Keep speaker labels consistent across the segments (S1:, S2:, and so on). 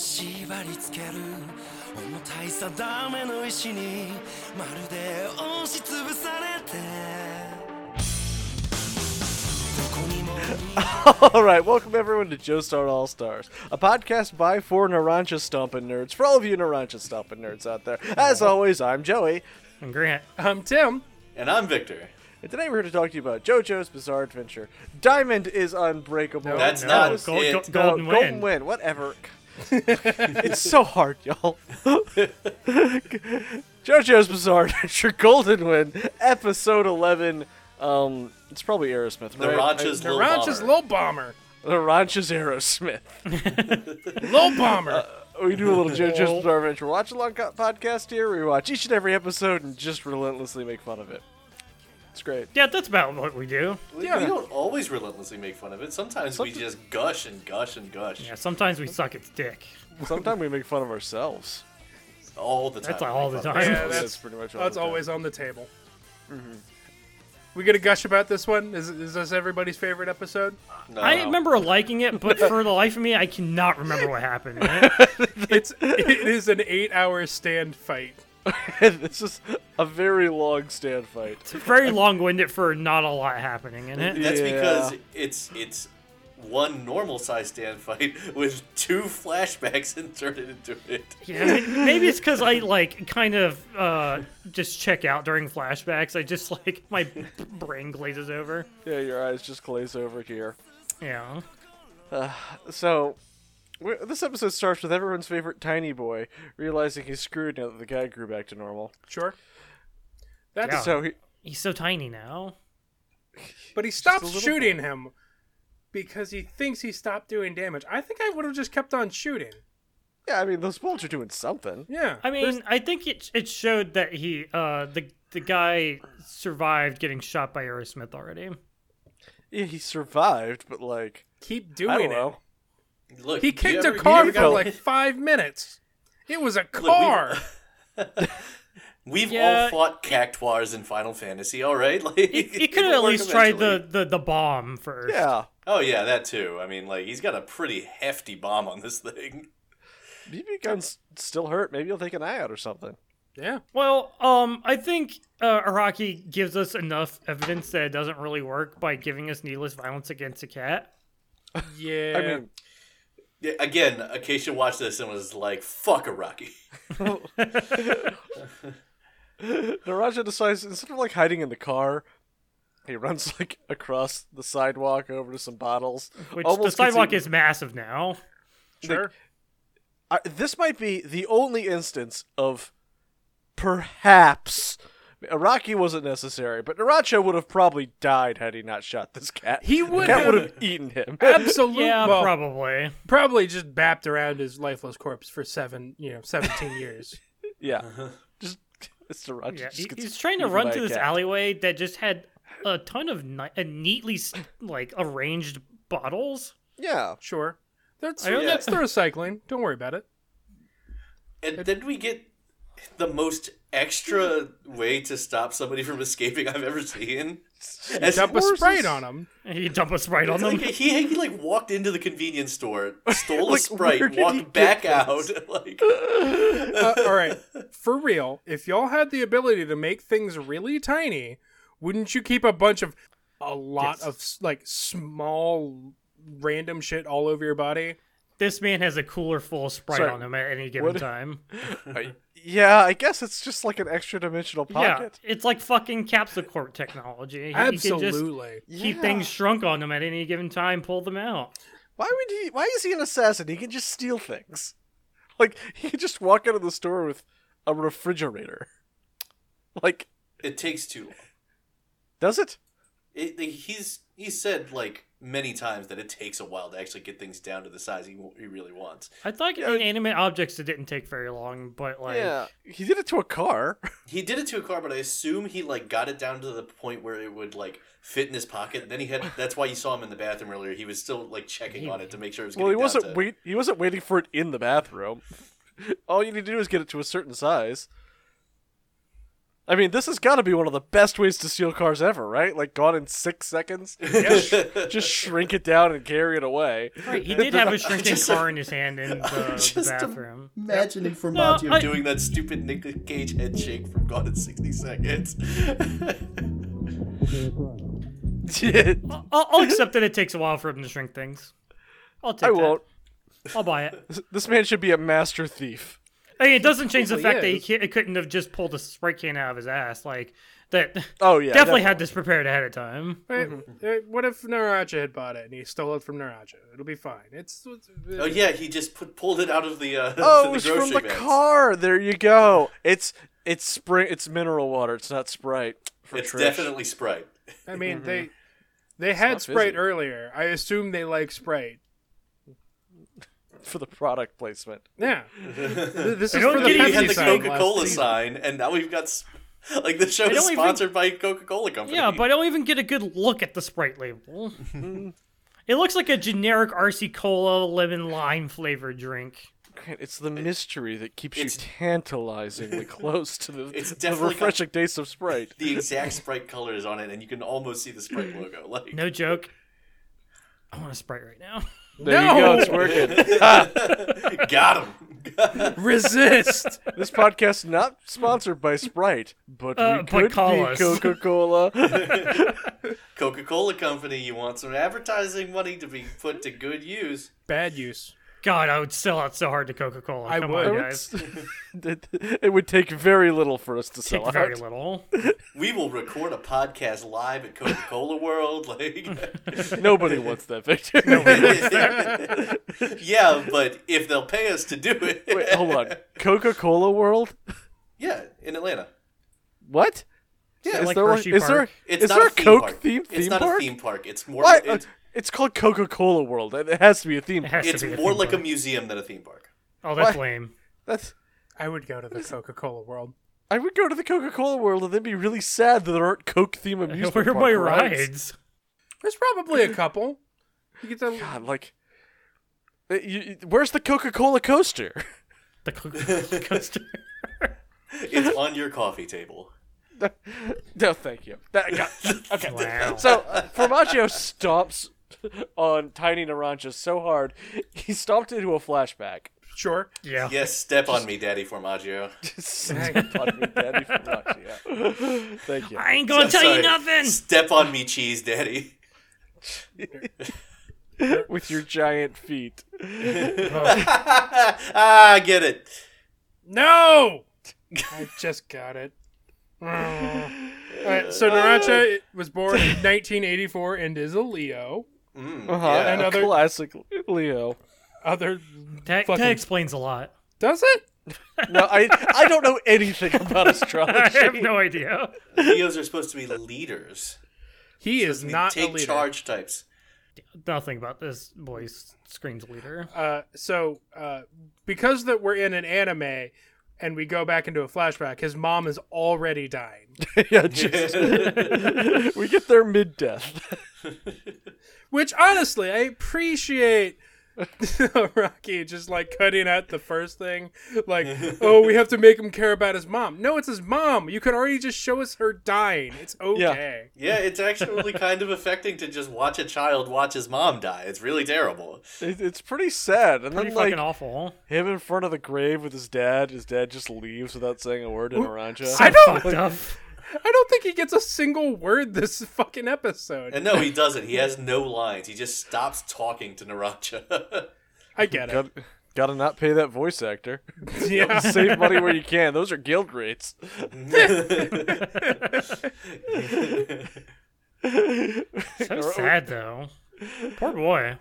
S1: りつける重たい定めの石にまるで押しつぶされてどこにも
S2: All right, welcome everyone to Joe Star All Stars, a podcast by for Narancha Stompin' Nerds. For all of you Narancha Stompin' Nerds out there, as always, I'm Joey,
S3: I'm Grant. I'm Tim.
S4: And I'm Victor.
S3: Oh,
S2: and today we're here to talk to you about JoJo's Bizarre Adventure. Diamond is unbreakable.
S4: That's
S3: no,
S4: not
S3: Gold-
S4: it.
S3: Gold-
S4: No,
S3: golden
S2: no,
S3: win.
S2: Golden Wind, whatever. it's so hard, y'all. JoJo's Bizarre Adventure, Golden Wind, episode eleven. Um, it's probably Aerosmith,
S4: The
S2: right?
S4: Rancha's Lil
S3: Naranja's
S4: Bomber.
S3: Lil Bomber.
S2: Narancha's Aerosmith.
S3: Lil Bomber.
S2: We do a little JoJo's
S5: Oh.
S2: Bizarre Adventure Watch Along co- podcast here. We watch each and every episode and just relentlessly make fun of it. It's great.
S3: yeah, that's about what we do.
S4: We, we don't always relentlessly make fun of it. Sometimes we just gush and gush and gush
S3: Yeah, sometimes we suck its dick.
S2: Sometimes we make fun of ourselves.
S4: all the time.
S3: That's all the time.
S5: Yeah,
S2: That's
S5: that's,
S2: pretty much all
S5: that's
S2: the time. Mm-hmm.
S5: always on the table. We gonna gush about this one? Is, is this everybody's favorite episode?
S4: No,
S3: I
S4: no.
S3: remember liking it, but for the life of me, I cannot remember what happened.
S5: It's it is an eight-hour stand fight.
S2: this is a very long stand fight.
S3: It's very long-winded for not a lot happening in it.
S4: That's
S2: Yeah.
S4: because it's it's one normal size stand fight with two flashbacks inserted into it.
S3: Yeah, I mean, maybe it's because I like kind of uh, just check out during flashbacks. I just like my b- brain glazes over.
S2: Yeah, your eyes just glaze over here.
S3: Yeah,
S2: So, we- this episode starts with everyone's favorite tiny boy realizing he's screwed now that the guy grew back to normal.
S5: Sure. That's
S3: Yeah.
S2: So he.
S3: he's so tiny now.
S5: but he stops shooting him because he thinks he stopped doing damage. I think I would have just kept on shooting.
S2: Yeah, I mean, those bolts are doing something.
S5: Yeah.
S3: I mean, I think it it showed that he uh the the guy survived getting shot by Aerosmith already.
S2: Yeah, he survived, but like,
S5: keep
S2: I don't
S5: doing it.
S2: know.
S4: Look,
S5: He
S4: you
S5: kicked
S4: ever-
S5: a car
S4: you
S5: for
S2: felt-
S5: like five minutes. It was a
S4: we-
S5: car.
S4: We've
S3: Yeah.
S4: all fought cactuars in Final Fantasy, all right? Like
S3: He, he could have at least tried the, the the bomb first.
S2: Yeah,
S4: Oh yeah, that too. I mean, like he's got a pretty hefty bomb on this thing.
S2: BB guns still hurt. Maybe he'll take an eye out or something.
S5: yeah.
S3: Well, um, I think uh, Araki gives us enough evidence that it doesn't really work by giving us needless violence against a cat.
S5: Yeah.
S2: I mean,
S4: Yeah, Again, Acacia watched this and was like, "Fuck a Rocky."
S2: Naraja decides instead of like hiding in the car, he runs like across the sidewalk over to some bottles.
S3: Which the
S2: almost gets
S3: sidewalk
S2: eaten.
S3: is massive now.
S5: Sure.
S2: I- this might be the only instance of perhaps Iraqi wasn't necessary, but Naraja would have probably died had he not shot this cat.
S5: He
S2: The
S5: would
S2: cat
S5: have-
S2: would have eaten him. Mm-hmm.
S5: Absolutely.
S3: Yeah,
S5: well,
S3: probably.
S5: probably just bapped around his lifeless corpse for seven, you know, seventeen years.
S2: yeah, just it's Naraja.
S3: Yeah,
S2: just
S3: he-
S2: gets
S3: he's trying to
S2: eaten
S3: run
S2: by
S3: to
S2: a
S3: this
S2: cat.
S3: alleyway that just had a ton of ni- uh, neatly s- like arranged bottles.
S2: Yeah,
S5: Sure, that's
S3: I don't
S5: that's the recycling. Don't worry about it.
S4: And then we get the most extra way to stop somebody from escaping I've ever seen. As
S5: Dump a
S2: horses-
S5: sprite on him.
S3: You dump a sprite on
S4: It's
S3: them.
S4: like he, he like walked into the convenience store, stole
S2: Like,
S4: a
S2: where
S4: sprite,
S2: did he
S4: walked
S2: get
S4: back
S2: this?
S4: out. Like
S5: Uh, all right, for real. If y'all had the ability to make things really tiny, wouldn't you keep a bunch of a lot of s- like small random shit all over your body?
S3: This man has a cooler full of Sprite
S2: Sorry.
S3: on him at any given
S2: What-
S3: time.
S2: yeah. I guess it's just like an extra dimensional
S3: Yeah,
S2: pocket.
S3: it's like fucking Capsicorp technology. He, He can just
S5: Absolutely.
S3: keep
S2: Yeah.
S3: things shrunk on him at any given time, pull them out.
S2: Why would he? Why is he an assassin? He can just steal things. Like he can just walk out of the store with a refrigerator. Like,
S4: it takes too long.
S2: does it?
S4: It, he's he said like many times that it takes a while to actually get things down to the size he, he really wants.
S3: I thought
S2: Yeah.
S3: inanimate objects it didn't take very long, but like
S2: he did it to a car.
S4: He did it to a car, but I assume he like got it down to the point where it would like fit in his pocket. And then he had that's why you saw him in the bathroom earlier. He was still like checking on it to make sure it was.
S2: Well, he
S4: getting down
S2: wasn't
S4: to-
S2: wait. He wasn't waiting for it in the bathroom. All you need to do is get it to a certain size. I mean, this has got to be one of the best ways to steal cars ever, right? Like gone in six seconds. Just- just shrink it down and carry it away.
S3: Right, he did have a shrinking car in his hand in the, the
S4: Just a-
S3: bathroom.
S6: Imagine Informagio
S3: I-
S4: doing that stupid Nick Cage head shake from Gone in 60 Seconds.
S2: I
S3: I'll, I'll accept that it takes a while for him to shrink things. I'll take. that.
S2: won't.
S3: I'll buy it.
S2: This- This man should be a master thief.
S3: I mean, it doesn't change the
S5: Well,
S3: fact
S5: yeah,
S3: that he
S5: it's-
S3: ca- couldn't have just pulled a sprite can out of his ass. Like that.
S2: Oh, yeah,
S3: definitely had this prepared ahead of time.
S5: Wait,
S3: Mm-hmm.
S5: uh, What if Naraja had bought it and he stole it from Naraja? It'll be fine. It's, it's-
S4: oh yeah, he just put, pulled it out of the uh,
S2: Oh, it
S4: the
S2: was
S4: grocery
S2: from the
S4: bags.
S2: car. There you go. It's it's spring. It's mineral water. It's not Sprite. For
S4: It's
S2: Trish.
S4: definitely Sprite.
S5: I mean
S3: Mm-hmm.
S5: they they had
S2: not
S5: Sprite
S2: fizzy.
S5: earlier. I assume they like Sprite.
S2: for the product placement.
S5: Yeah, Th- this is
S3: don't
S5: for the
S3: get it.
S4: We
S3: Pepsi
S4: had
S5: Pepsi
S4: the
S5: sign
S4: Coca
S5: last
S4: Cola
S5: season.
S4: sign, and now we've got s- like the show
S3: don't
S4: is
S3: even-
S4: sponsored by Coca Cola Company.
S3: Yeah, but I don't even get a good look at the sprite label. it looks like a generic RC Cola lemon lime flavored drink.
S2: Grant, It's the mystery that keeps you
S4: it's-
S2: tantalizingly close to the,
S4: It's
S2: the
S4: definitely got-
S2: refreshing taste of Sprite.
S4: the exact Sprite color is on it, and you can almost see the Sprite logo. Like
S3: No joke. I want a sprite right now.
S2: There you
S5: No!
S2: go. It's working.
S4: got him.
S5: Resist.
S2: This podcast not sponsored by Sprite, but
S3: Uh,
S2: we
S3: but
S2: could
S3: call
S2: be
S3: us.
S2: Coca Cola.
S4: Coca Cola Company, you want some advertising money to be put to good use.
S5: Bad use.
S3: God, I would sell out so hard to Coca Cola.
S5: I
S3: Come
S5: would.
S3: on,
S5: I
S2: would
S3: guys.
S2: it it would take very little for us to sell
S3: Take
S2: out.
S3: very little.
S4: We will record a podcast live at Coca Cola World. Like,
S2: Nobody wants that picture.
S4: yeah, but if they'll pay us to do it,
S2: Wait, hold on. Coca Cola World?
S4: yeah, in Atlanta,
S2: What?
S4: yeah,
S2: Is
S3: like
S2: there one-
S3: Hershey
S2: is there
S3: Park.
S4: it's
S2: is
S4: not
S2: there
S4: a
S2: a
S4: theme
S2: Coke
S4: park.
S2: theme
S4: It's
S2: theme
S4: not
S2: park?
S4: a theme park. It's more.
S2: Why-
S4: It's,
S2: It's called Coca Cola World. It it has to be a theme.
S3: It has
S4: it's
S3: to be the
S4: more
S3: theme
S4: like a
S3: park.
S4: museum than a theme park.
S3: Oh, that's
S2: Why-
S3: lame.
S2: That's.
S5: I would go to the Coca Cola world.
S2: I would go to the Coca Cola World and then be really sad that there aren't Coke theme amusement
S3: Where are
S2: park
S3: my
S2: rides.
S3: rides?
S5: There's probably a couple. You get the
S2: God, like, uh, you, you- where's the Coca Cola coaster?
S3: The Coca Cola coaster.
S4: It's on your coffee table.
S2: no, thank you. That- God. okay.
S3: Wow.
S2: So uh, Formaggio stomps on Tiny Naranja so hard he stomped into a flashback.
S5: sure.
S3: yeah.
S4: Yes, step on me, Daddy Formaggio.
S2: Fuck me, Daddy Formaggio. Thank you.
S3: I ain't gonna tell
S4: Sorry.
S3: you nothing.
S4: Step on me, cheese, Daddy.
S2: With your giant feet.
S4: ah, I get it.
S5: No. I just got it. All right, so Naracha was born in 1984 and is a Leo.
S4: Mm,
S2: Uh-huh.
S5: Another-
S2: classic Leo.
S5: Other
S3: That,
S5: Fucking-
S3: that explains a lot.
S5: does it?
S2: No, I I don't know anything about
S3: I
S2: astrology.
S3: have no idea.
S4: Leos are supposed to be leaders.
S5: He is
S4: They
S5: not
S4: take
S5: a leader.
S4: charge types.
S3: Nothing about this voice screams leader.
S5: Uh, so uh, because that we're in an anime and we go back into a flashback, his mom is already dying.
S2: yeah, just, we get there mid death.
S5: Which honestly, I appreciate Rocky just like cutting out the first thing, like, oh, we have to make him care about his mom. No, it's his mom. You could already just show us her dying. It's okay.
S4: Yeah, it's actually kind of affecting to just watch a child watch his mom die. It's really terrible.
S2: It, it's pretty sad. And
S3: Pretty
S2: then like
S3: fucking awful.
S2: him in front of the grave with his dad. His dad just leaves without saying a word to Naranja.
S5: I don't.
S3: Fucked up.
S5: I don't think he gets a single word this fucking episode.
S4: And no, he doesn't. He has no lines. He just stops talking to Naracha.
S5: I get it.
S2: Got, gotta not pay that voice actor.
S5: Yeah.
S2: Save money where you can. Those are guild rates.
S3: So sad though. Poor boy.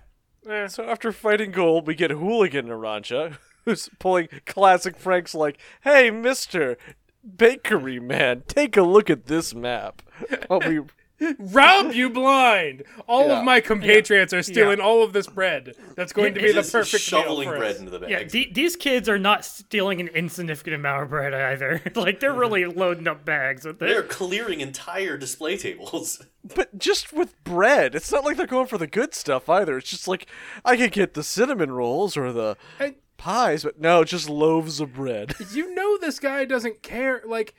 S5: Eh.
S2: So after fighting Gold, we get Hooligan Naranja, who's pulling classic pranks like, "Hey, Mister Bakery Man, take a look at this map." While we
S5: Rob you blind! All
S2: Yeah.
S5: of my compatriots are stealing
S3: Yeah.
S5: all of this bread. That's going to be
S4: He's
S5: the
S4: just
S5: perfect
S4: shoveling
S5: meal for
S4: bread
S5: us.
S4: into the bag.
S3: Yeah, the- these kids are not stealing an insignificant amount of bread either. like they're really
S2: Mm-hmm.
S3: loading up bags with
S4: They're
S3: it.
S4: clearing entire display tables.
S2: But just with bread, it's not like they're going for the good stuff either. It's just like I could get the cinnamon rolls or the
S5: I-
S2: pies, but no, just loaves of bread.
S5: You know this guy doesn't care. Like,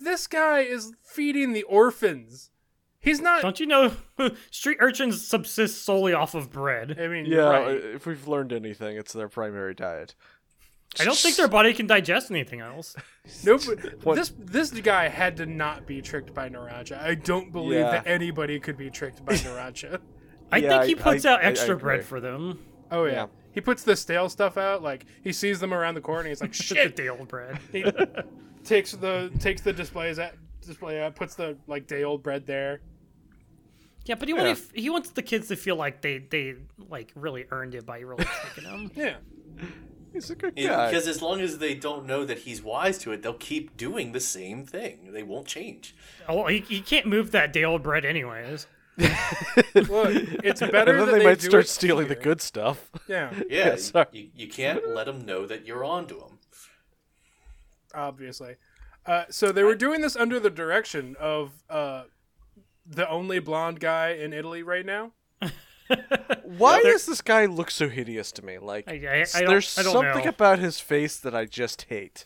S5: This guy is feeding the orphans. He's not.
S3: Don't you know street urchins subsist solely off of bread?
S5: I mean,
S2: Yeah, uh,
S5: right.
S2: if we've learned anything, it's their primary diet.
S3: I don't think their body can digest anything else.
S5: Nope. This this guy had to not be tricked by Naraja. I don't believe
S2: Yeah.
S5: that anybody could be tricked by Naraja.
S3: I
S2: Yeah,
S3: think
S2: I-
S3: he puts
S2: I-
S3: out
S2: I- I
S3: extra bread
S2: agree.
S3: for them.
S5: Oh yeah.
S2: Yeah.
S5: He puts the stale stuff out. Like he sees them around the corner. And he's like,
S3: Shit,
S5: shit.
S3: the old bread.
S5: he takes the takes the displays at display out. Puts the like day old bread there.
S3: Yeah, but he
S2: Yeah.
S3: wanted, he wants the kids to feel like they they like really earned it by really tricking them.
S5: Yeah.
S2: He's a good
S4: Yeah,
S2: guy.
S4: because as long as they don't know that he's wise to it, they'll keep doing the same thing. They won't change.
S3: Oh, he, he can't move that day old bread anyways.
S5: Look, it's
S2: and
S5: better
S2: then
S5: that
S2: they,
S5: they
S2: might
S5: do
S2: start
S5: it
S2: stealing the
S5: here.
S2: good stuff.
S5: Yeah.
S4: Yeah,
S2: Yeah, sorry.
S4: you, you can't let them know that you're onto them.
S5: obviously. Uh, so they were doing this under the direction of uh, the only blonde guy in Italy right now.
S2: Why does this guy look so hideous to me? Like,
S3: I- I- I don't-
S2: there's
S3: I don't
S2: something
S3: know.
S2: about his face that I just hate.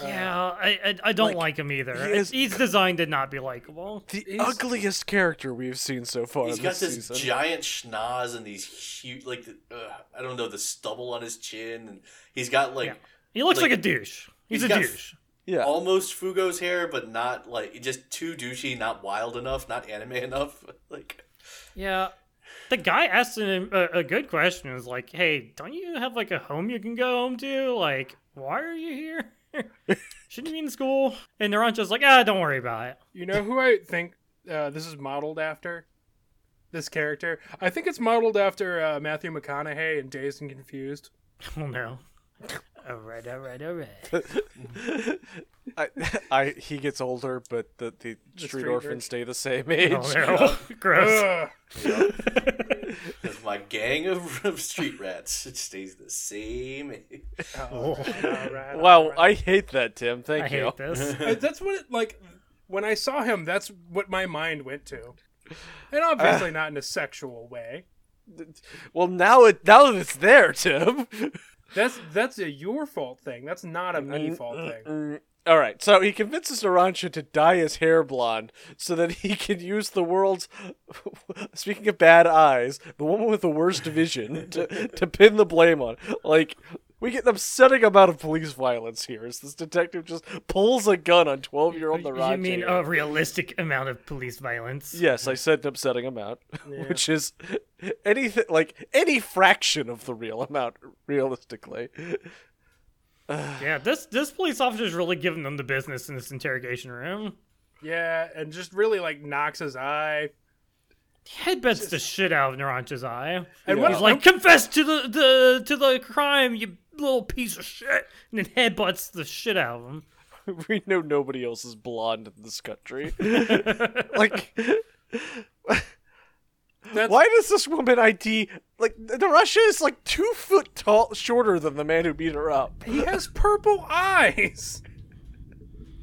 S3: yeah, I I, I don't like, him either.
S2: Uh, he is-
S3: He's designed to not be likable.
S2: The
S5: He's-
S2: ugliest character we've seen so far
S4: He's got
S2: this
S4: this
S2: season.
S4: giant schnoz and these huge, like, uh, I don't know, the stubble on his chin, and he's got like
S3: Yeah. He looks like,
S4: Like,
S3: a douche. He's,
S4: he's
S3: a
S4: got-
S3: douche.
S2: yeah,
S4: almost Fugo's hair, but not like just too douchey, not wild enough, not anime enough. Like,
S3: Yeah. The guy asked him a, a good question. It was like, "Hey, don't you have like a home you can go home to? Like, why are you here? Shouldn't you be in school?" And Naranja's like, "Ah, don't worry about it."
S5: You know who I think uh, this is modeled after? This character. I think it's modeled after uh, Matthew McConaughey in Dazed and Confused.
S3: Oh no. Oh, All right, all right, all right.
S2: I, I, he gets older, but the, the, street
S5: street
S2: orphans
S5: urch-
S2: stay the same age.
S3: Oh, no. Gross.
S5: Ugh.
S4: with my gang of, of street rats, it stays the same.
S5: All right, all
S2: Wow,
S5: right.
S2: I hate that, Tim. Thank
S3: I
S2: you.
S3: hate this.
S5: Uh, that's what it like. When I saw him, that's what my mind went to, and obviously not in a sexual way.
S2: Well, now it now that it's there, Tim.
S5: That's that's a your fault thing. That's not a me fault thing.
S2: All right, so he convinces Arancha to dye his hair blonde so that he can use the world's. Speaking of bad eyes, the woman with the worst vision to, to pin the blame on. Like, we get an upsetting amount of police violence here as this detective just pulls a gun on 12 year old Arancha.
S3: You mean a realistic amount of police violence?
S2: Yes, I said an upsetting amount, which is anything like any fraction of the real amount, realistically.
S3: Yeah, this this police officer's really giving them the business in this interrogation room.
S5: Yeah, and just really like knocks his eye.
S3: Headbets the shit out of Naranja's eye. He's
S5: And what
S3: like, confess to the, the to the crime, you little piece of shit, and then headbutts the shit out of him.
S2: we know nobody else is blonde in this country. like,
S5: That's,
S2: why does this woman ID like the Russia is like two foot tall, shorter than the man who beat her up?
S5: He has purple eyes.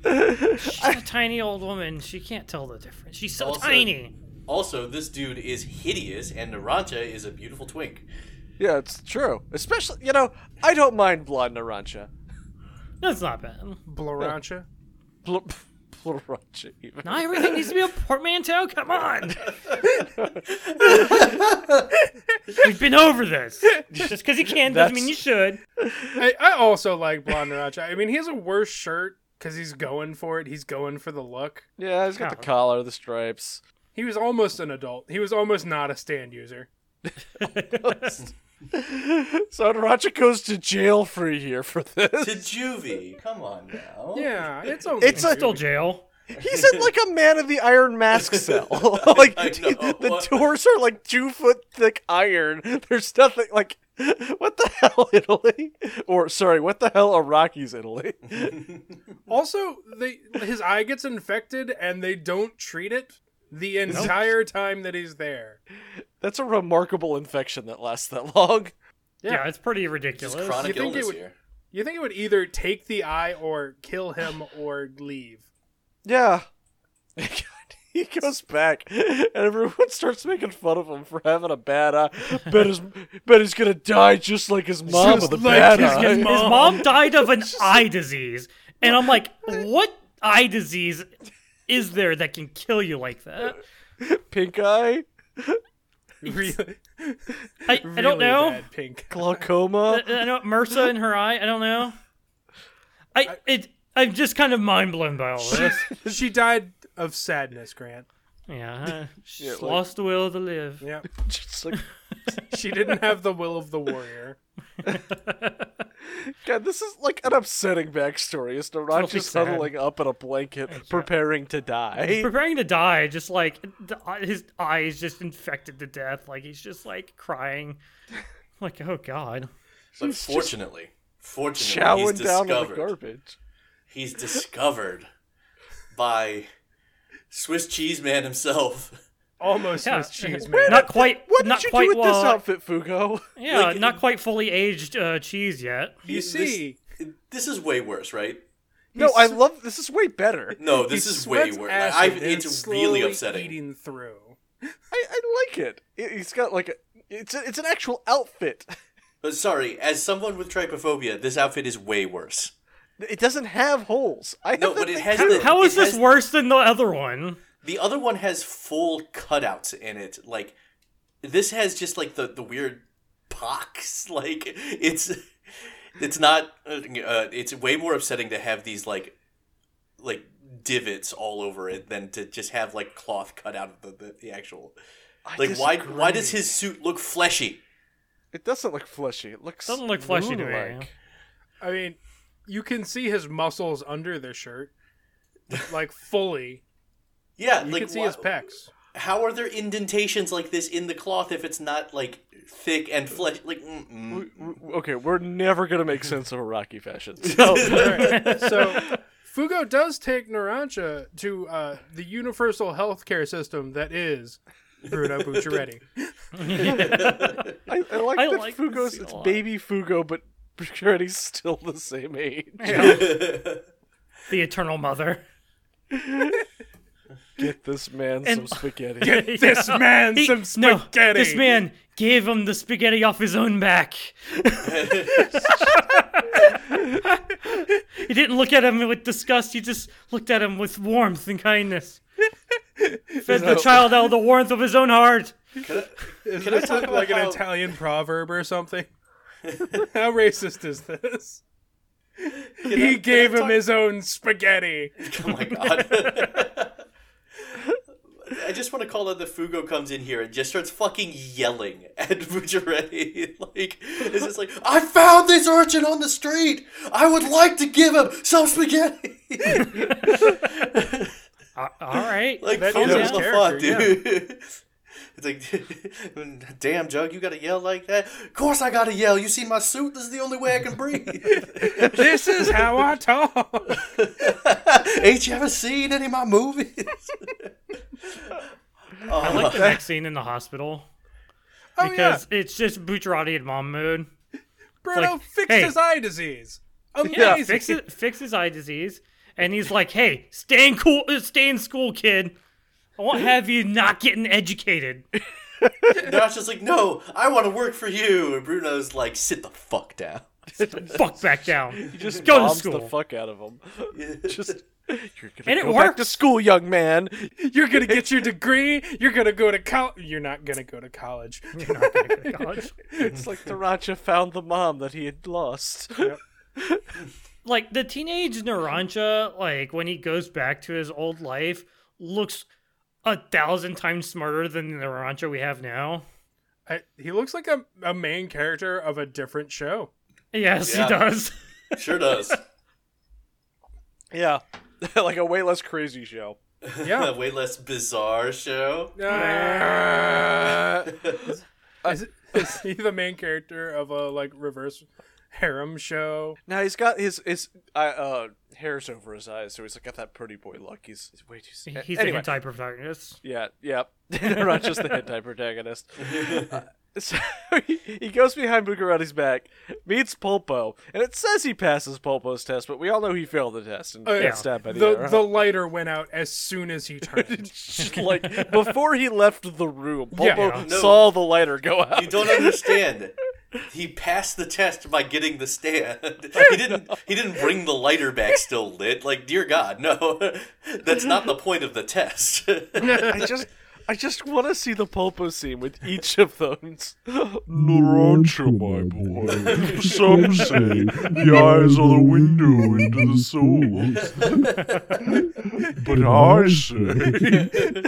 S3: She's a tiny old woman. She can't tell the difference. She's so
S4: Also-
S3: tiny.
S4: Also, this dude is hideous, and Narancha is a beautiful twink.
S2: Yeah, it's true. Especially, you know, I don't mind blonde Narancha.
S3: That's not bad.
S5: Blorancha.
S2: Bl- Plurancha, even.
S3: Not everything needs to be a portmanteau. Come on. We've been over this. Just because you can doesn't mean you should.
S5: I, I also like blonde Naracha. I mean, he has a worse shirt because he's going for it. He's going for the look.
S2: Yeah, he's got the collar, the stripes.
S5: He was almost an adult. He was almost not a stand user.
S2: So Narancha goes to jail for a year for this.
S4: To juvie, come on now.
S5: Yeah, it's only
S2: It's a-
S3: Still jail.
S2: He's in like a man in the iron mask cell. like
S4: I
S2: the-
S4: know.
S2: the doors are like two foot thick iron. There's nothing like what the hell, Italy? Or sorry, what the hell, Iraqi's Italy?
S5: also they his eye gets infected and they don't treat it the entire time that he's there.
S2: That's a remarkable infection that lasts that long.
S3: Yeah, it's pretty ridiculous.
S4: Just chronic
S5: You think they
S4: illness
S5: would-
S4: here.
S5: You think it would either take the eye or kill him or leave.
S2: Yeah. He goes back, and everyone starts making fun of him for having a bad eye. Bet, his, bet he's gonna die just like his mom
S5: Just
S2: with a
S5: like
S2: bad
S5: his
S2: eye.
S3: His mom died of an eye disease. And I'm like, what eye disease is there that can kill you like that?
S2: Pink eye,
S5: Really,
S3: I, I don't
S5: really
S3: know.
S5: bad pink.
S2: glaucoma.
S3: I, I know MRSA in her eye. I don't know. I it. I'm just kind of mind blown by all this.
S5: She died of sadness, Grant.
S3: yeah,
S2: like-
S3: she's lost the will to live.
S5: Yeah.
S2: Just like,
S5: She didn't have the will of the warrior.
S2: God, this is like an upsetting backstory. Is Naranja's
S3: Totally
S2: just
S3: sad.
S2: huddling up in a blanket, preparing to die.
S3: Preparing to die, just like the, eye- his eye is just infected to death. Like he's just like crying, like oh god.
S4: But fortunately, fortunately, he's
S2: Chowing down on the
S4: discovered.
S2: garbage.
S4: He's discovered by Swiss cheese man himself.
S5: Almost
S3: Yeah.
S5: Swiss cheese man.
S3: Not quite.
S2: What did
S3: not
S2: you
S3: quite
S2: do with
S3: well,
S2: this outfit, Fugo?
S3: Yeah,
S4: Like-
S3: not quite fully aged uh, cheese yet.
S5: You
S4: This-
S5: see,
S4: This is way worse, right?
S2: No,
S5: He's-
S2: I love this. Is way better.
S4: No,
S5: he
S4: this is way
S5: sweats
S4: worse. Like,
S5: acid
S4: I,
S5: and
S4: it's really
S5: slowly
S4: upsetting.
S5: Eating through.
S2: I, I like it. it. He's got like a. It's a, it's an actual outfit.
S4: But sorry, as someone with trypophobia, this outfit is way worse.
S2: It doesn't have holes. I
S4: No,
S2: have that
S4: but it
S2: thing
S4: has
S2: too.
S4: the-
S3: How
S4: It
S3: is this
S4: has-
S3: worse than the other one?
S4: The other one has full cutouts in it. Like this has just like the the weird pox. Like it's it's not. Uh, uh, it's way more upsetting to have these like like divots all over it than to just have like cloth cut out of the, the, the actual.
S2: I
S4: Like why why does
S2: disagree.
S4: his suit look fleshy?
S2: It doesn't look fleshy. It looks
S3: Doesn't look fleshy to me.
S2: moon-like.
S5: I mean, you can see his muscles under the shirt, like fully.
S4: Yeah,
S5: You
S4: like
S5: can see
S4: why-
S5: his pecs.
S4: how are there indentations like this in the cloth if it's not like thick and flesh? Like mm, mm.
S2: W- w- Okay, we're never gonna make sense of a Rocky fashion. So
S5: Alright, so Fugo does take Narancha to uh, the universal healthcare system that is Bruno Bucciaretti.
S2: I, I like
S3: I
S2: that
S3: like this
S2: Fugo's
S3: scene a
S2: it's
S3: lot.
S2: baby Fugo, but Bucciarati's still the same age.
S3: The Eternal Mother.
S2: Get this man some
S3: And-
S2: spaghetti.
S5: this man
S3: He-
S5: some
S3: No,
S5: spaghetti.
S3: this man gave him the spaghetti off his own back. he didn't look at him with disgust. He just looked at him with warmth and kindness. Fed the
S2: No.
S3: child out of the warmth of his own heart.
S5: Is
S4: I
S5: this
S4: talk
S5: like,
S4: about
S5: like an
S4: how-
S5: Italian proverb or something? how racist is this? he gave him his own spaghetti.
S4: Oh my god. I just want to call out that Fugo comes in here and just starts fucking yelling at Bujaretti. like, it's just like, I found this urchin on the street! I would like to give him some spaghetti!
S3: Uh, all right.
S4: like,
S5: That
S4: Fugo,
S5: is his
S4: what the fuck, dude? It's like, damn, Jug, you gotta yell like that? Of course I gotta yell. You see my suit? This is the only way I can breathe.
S5: This is how I talk.
S4: Ain't you ever seen any of my movies?
S3: I like the next scene in the hospital
S5: Oh yeah,
S3: because it's just Bucciarati in mom mode.
S5: Bruno
S3: like,
S5: fixed
S3: hey.
S5: his eye disease. Amazing.
S3: Yeah, fix it, fix his eye disease, and he's like, "Hey, stay in cool, uh, stay in school, kid. I won't have you not getting educated."
S4: Nash is like, no, I want to work for you. And Bruno's like, sit the fuck down.
S3: fuck back down.
S2: just
S3: go to
S2: bombs
S3: school.
S2: the fuck out of him. Just you're gonna
S3: And it
S2: go back to
S3: works.
S2: school, young man.
S5: You're gonna get your degree. You're gonna go to college. You're not gonna go to college.
S3: God.
S2: It's like Taracha found the mom that he had lost.
S3: Like the teenage Narancha, like when he goes back to his old life, looks a thousand times smarter than the Narancha we have now.
S5: I, he looks like a, a main character of a different show.
S3: Yes,
S4: Yeah.
S3: he does.
S4: Sure does.
S2: Yeah, like a way less crazy show.
S5: Yeah.
S4: A way less bizarre show.
S5: Uh, is, is he the main character of a like reverse harem show?
S2: Now he's got his his uh, uh hairs over his eyes, so he's like got that pretty boy look. He's, he's way too. s-
S3: He's
S2: anyway,
S3: a hentai protagonist.
S2: Yeah, yeah. Not just the hentai protagonist. Uh, so he, he goes behind Bucciarati's back, meets Pulpo, and it says he passes Pulpo's test, but we all know he failed the test and
S5: Oh,
S2: got
S5: yeah.
S2: stabbed by the,
S5: The
S2: arrow.
S5: the lighter went out as soon as he turned.
S2: Just like before he left the room, Pulpo
S5: Yeah.
S4: No.
S2: saw the lighter go out.
S4: You don't understand. He passed the test by getting the stand. He didn't. He didn't bring the lighter back still lit. Like, dear God, no. That's not the point of the test.
S2: I just I just want to see the Pulpo scene with each of those.
S6: Narancha, my boy. Some say the eyes are the window into the souls. but I say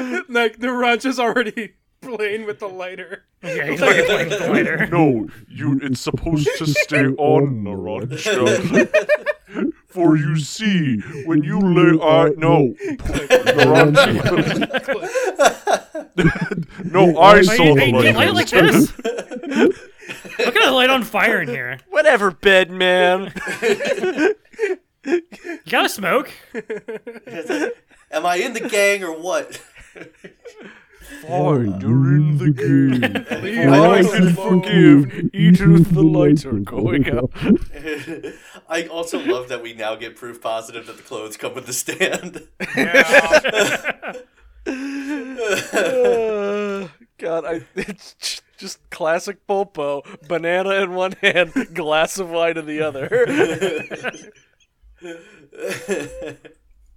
S5: like, like the Rancha's already playing with the lighter.
S3: Yeah, he's like playing with the lighter.
S6: no. You, it's supposed to stay on Narancha. For you see, when you lay I no Narancha. no, I
S3: Are
S6: saw
S3: you,
S6: the
S3: hey,
S6: light.
S3: dude, light it like this? Look at the light on fire in here.
S2: Whatever, bed man.
S3: You gotta smoke.
S4: Am I in the gang or what?
S6: Fine, you're in the game.
S5: Leave
S6: I
S5: us
S6: can
S5: alone.
S6: forgive Edith the lighter going up.
S4: I also love that we now get proof positive that the clothes come with the stand.
S2: Uh, God, I, it's j- just classic Pulpo. Banana in one hand, glass of wine in the other.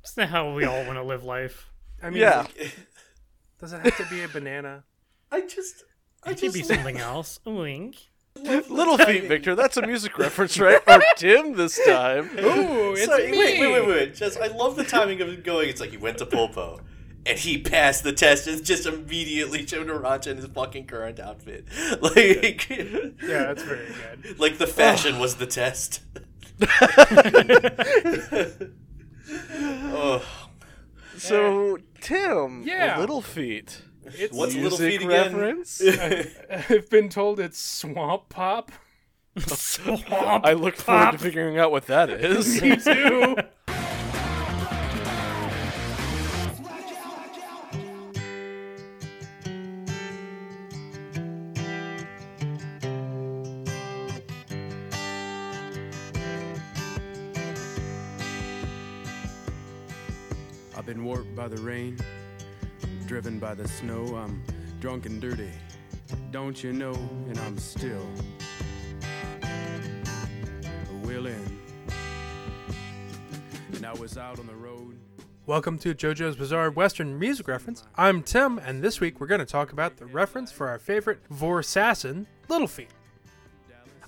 S3: That's not how we all want to live life.
S5: I mean,
S2: Yeah.
S5: does it have to be a banana?
S4: I just, I
S3: It could
S4: just
S3: be something else. A wink.
S2: Little Feet Victor, that's a music reference, right? Or Tim this time.
S5: Ooh, it's
S4: Sorry,
S5: me.
S4: Wait, wait, wait, wait. Just, I love the timing of it going. It's like he went to Polpo, and he passed the test and just immediately showed Arancha in his fucking current outfit. Like,
S5: Yeah, that's very good.
S4: like the fashion was the test. oh,
S2: So, Tim,
S5: Yeah.
S2: Little Feet.
S5: It's,
S4: what's little
S2: Music
S4: feet again?
S2: reference?
S5: I've been told it's swamp pop.
S3: Swamp.
S2: I look forward to
S3: Pop.
S2: figuring out what that is.
S5: Me too.
S7: I've been warped by the rain, driven by the snow. I'm drunk and dirty, don't you know? And I'm still willing. And I was out on the road.
S5: Welcome to JoJo's Bizarre Western Music Reference. I'm Tim, and this week we're going to talk about the reference for our favorite Vorsassin, Little Feet.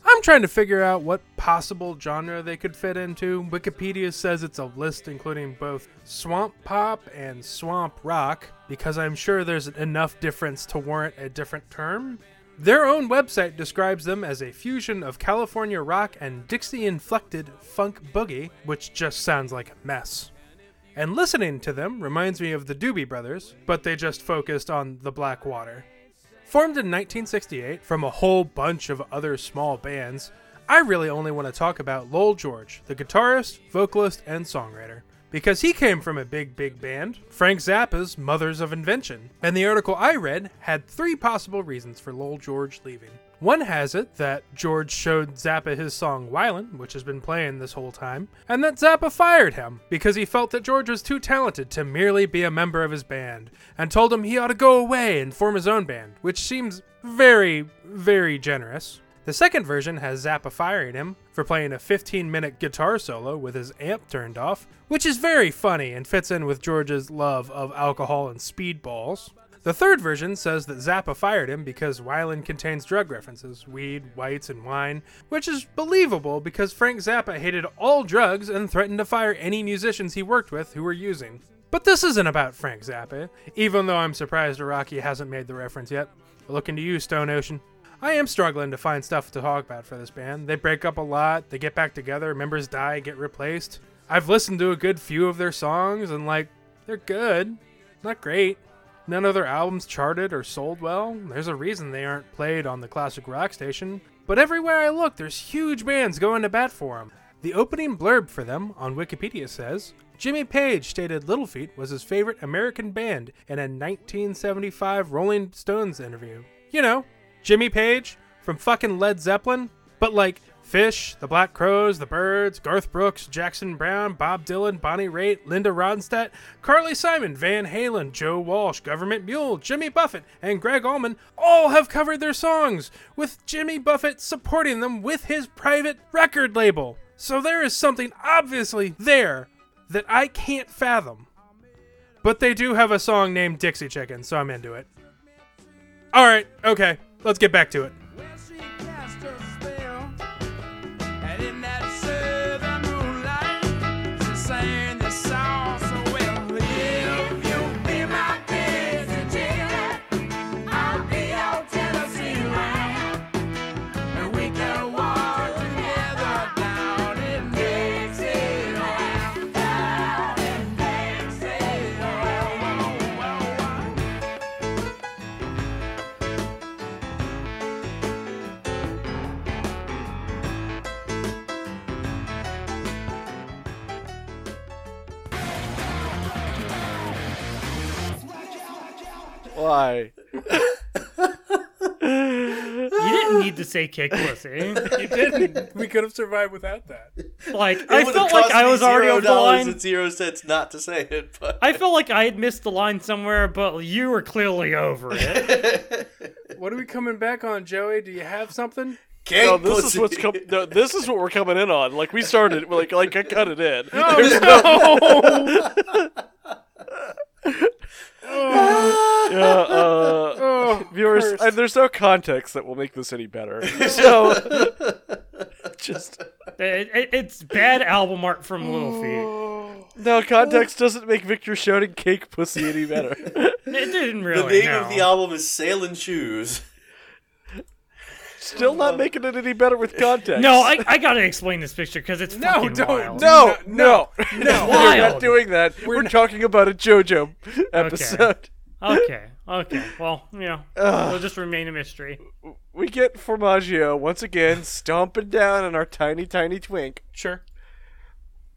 S5: I'm trying to figure out what possible genre they could fit into. Wikipedia says it's a list including both swamp pop and swamp rock, because I'm sure there's enough difference to warrant a different term. Their own website describes them as a fusion of California rock and Dixie inflected funk boogie, which just sounds like a mess. And listening to them reminds me of the Doobie Brothers, but they just focused on the Black Water. Formed in 1968 from a whole bunch of other small bands, I really only want to talk about Lowell George, the guitarist, vocalist, and songwriter. Because he came from a big, big band, Frank Zappa's Mothers of Invention. And the article I read had three possible reasons for Lowell George leaving. One has it that George showed Zappa his song Wylan, which has been playing this whole time, and that Zappa fired him because he felt that George was too talented to merely be a member of his band, and told him he ought to go away and form his own band, which seems very, very generous. The second version has Zappa firing him for playing a 15 minute guitar solo with his amp turned off, which is very funny and fits in with George's love of alcohol and speedballs. The third version says that Zappa fired him because Wyland contains drug references, weed, whites, and wine, which is believable because Frank Zappa hated all drugs and threatened to fire any musicians he worked with who were using. But this isn't about Frank Zappa, even though I'm surprised Iraqi hasn't made the reference yet. Looking to you, Stone Ocean. I am struggling to find stuff to talk about for this band. They break up a lot, they get back together, members die, get replaced. I've listened to a good few of their songs, and like, they're good. Not great. None of their albums charted or sold well. There's a reason they aren't played on the classic rock station. But everywhere I look, there's huge bands going to bat for them. The opening blurb for them on Wikipedia says Jimmy Page stated Little Feat was his favorite American band in a 1975 Rolling Stones interview. You know, Jimmy Page from fucking Led Zeppelin. But like Fish, the Black Crows, the Birds, Garth Brooks, Jackson Brown, Bob Dylan, Bonnie Raitt, Linda Ronstadt, Carly Simon, Van Halen, Joe Walsh, Government Mule, Jimmy Buffett, and Greg Allman all have covered their songs, with Jimmy Buffett supporting them with his private record label. So there is something obviously there that I can't fathom. But they do have a song named Dixie Chicken, so I'm into it. All right, okay, let's get back to it.
S8: Well, she cast her spell, and in that southern moonlight, she sang this song so well. If you be my Dixie chicken, I'll be your Tennessee lamb, and we can walk together down in Dixieland, down in Dixieland.
S2: Why?
S3: You didn't need to say kick pussy.
S5: You didn't. we could have survived without that.
S3: Like
S4: It
S3: I
S4: would've
S3: felt
S4: cost
S3: like I
S4: me
S3: was already
S4: zero
S3: over the
S4: dollars
S3: line.
S4: and zero cents not to say it, but
S3: I felt like I had missed the line somewhere, but you were clearly over it.
S5: What are we coming back on, Joey? Do you have something?
S4: Gang
S2: No, this is
S4: pussy.
S2: what's com- no, this is what we're coming in on. Like we started, we're like like I cut it in.
S5: Oh no!
S2: Yeah, uh, viewers,
S5: cursed.
S2: and there's no context that will make this any better. So just
S3: It- it- It's bad album art from Little Feet.
S2: no context doesn't make Victor shouting cake pussy any better.
S3: It didn't
S4: the
S3: really.
S4: name of
S3: no.
S4: the album is Sailing Shoes.
S2: Still not making it any better with context.
S3: No, I, I gotta explain this picture because it's
S5: No,
S3: fucking
S5: don't.
S3: wild.
S2: no, no, no. We're not
S3: Wild.
S2: doing that. We're, talking about a JoJo episode.
S3: Okay, okay. Well, yeah, it'll just remain a mystery.
S2: We get Formaggio once again stomping down on our tiny, tiny twink.
S5: Sure.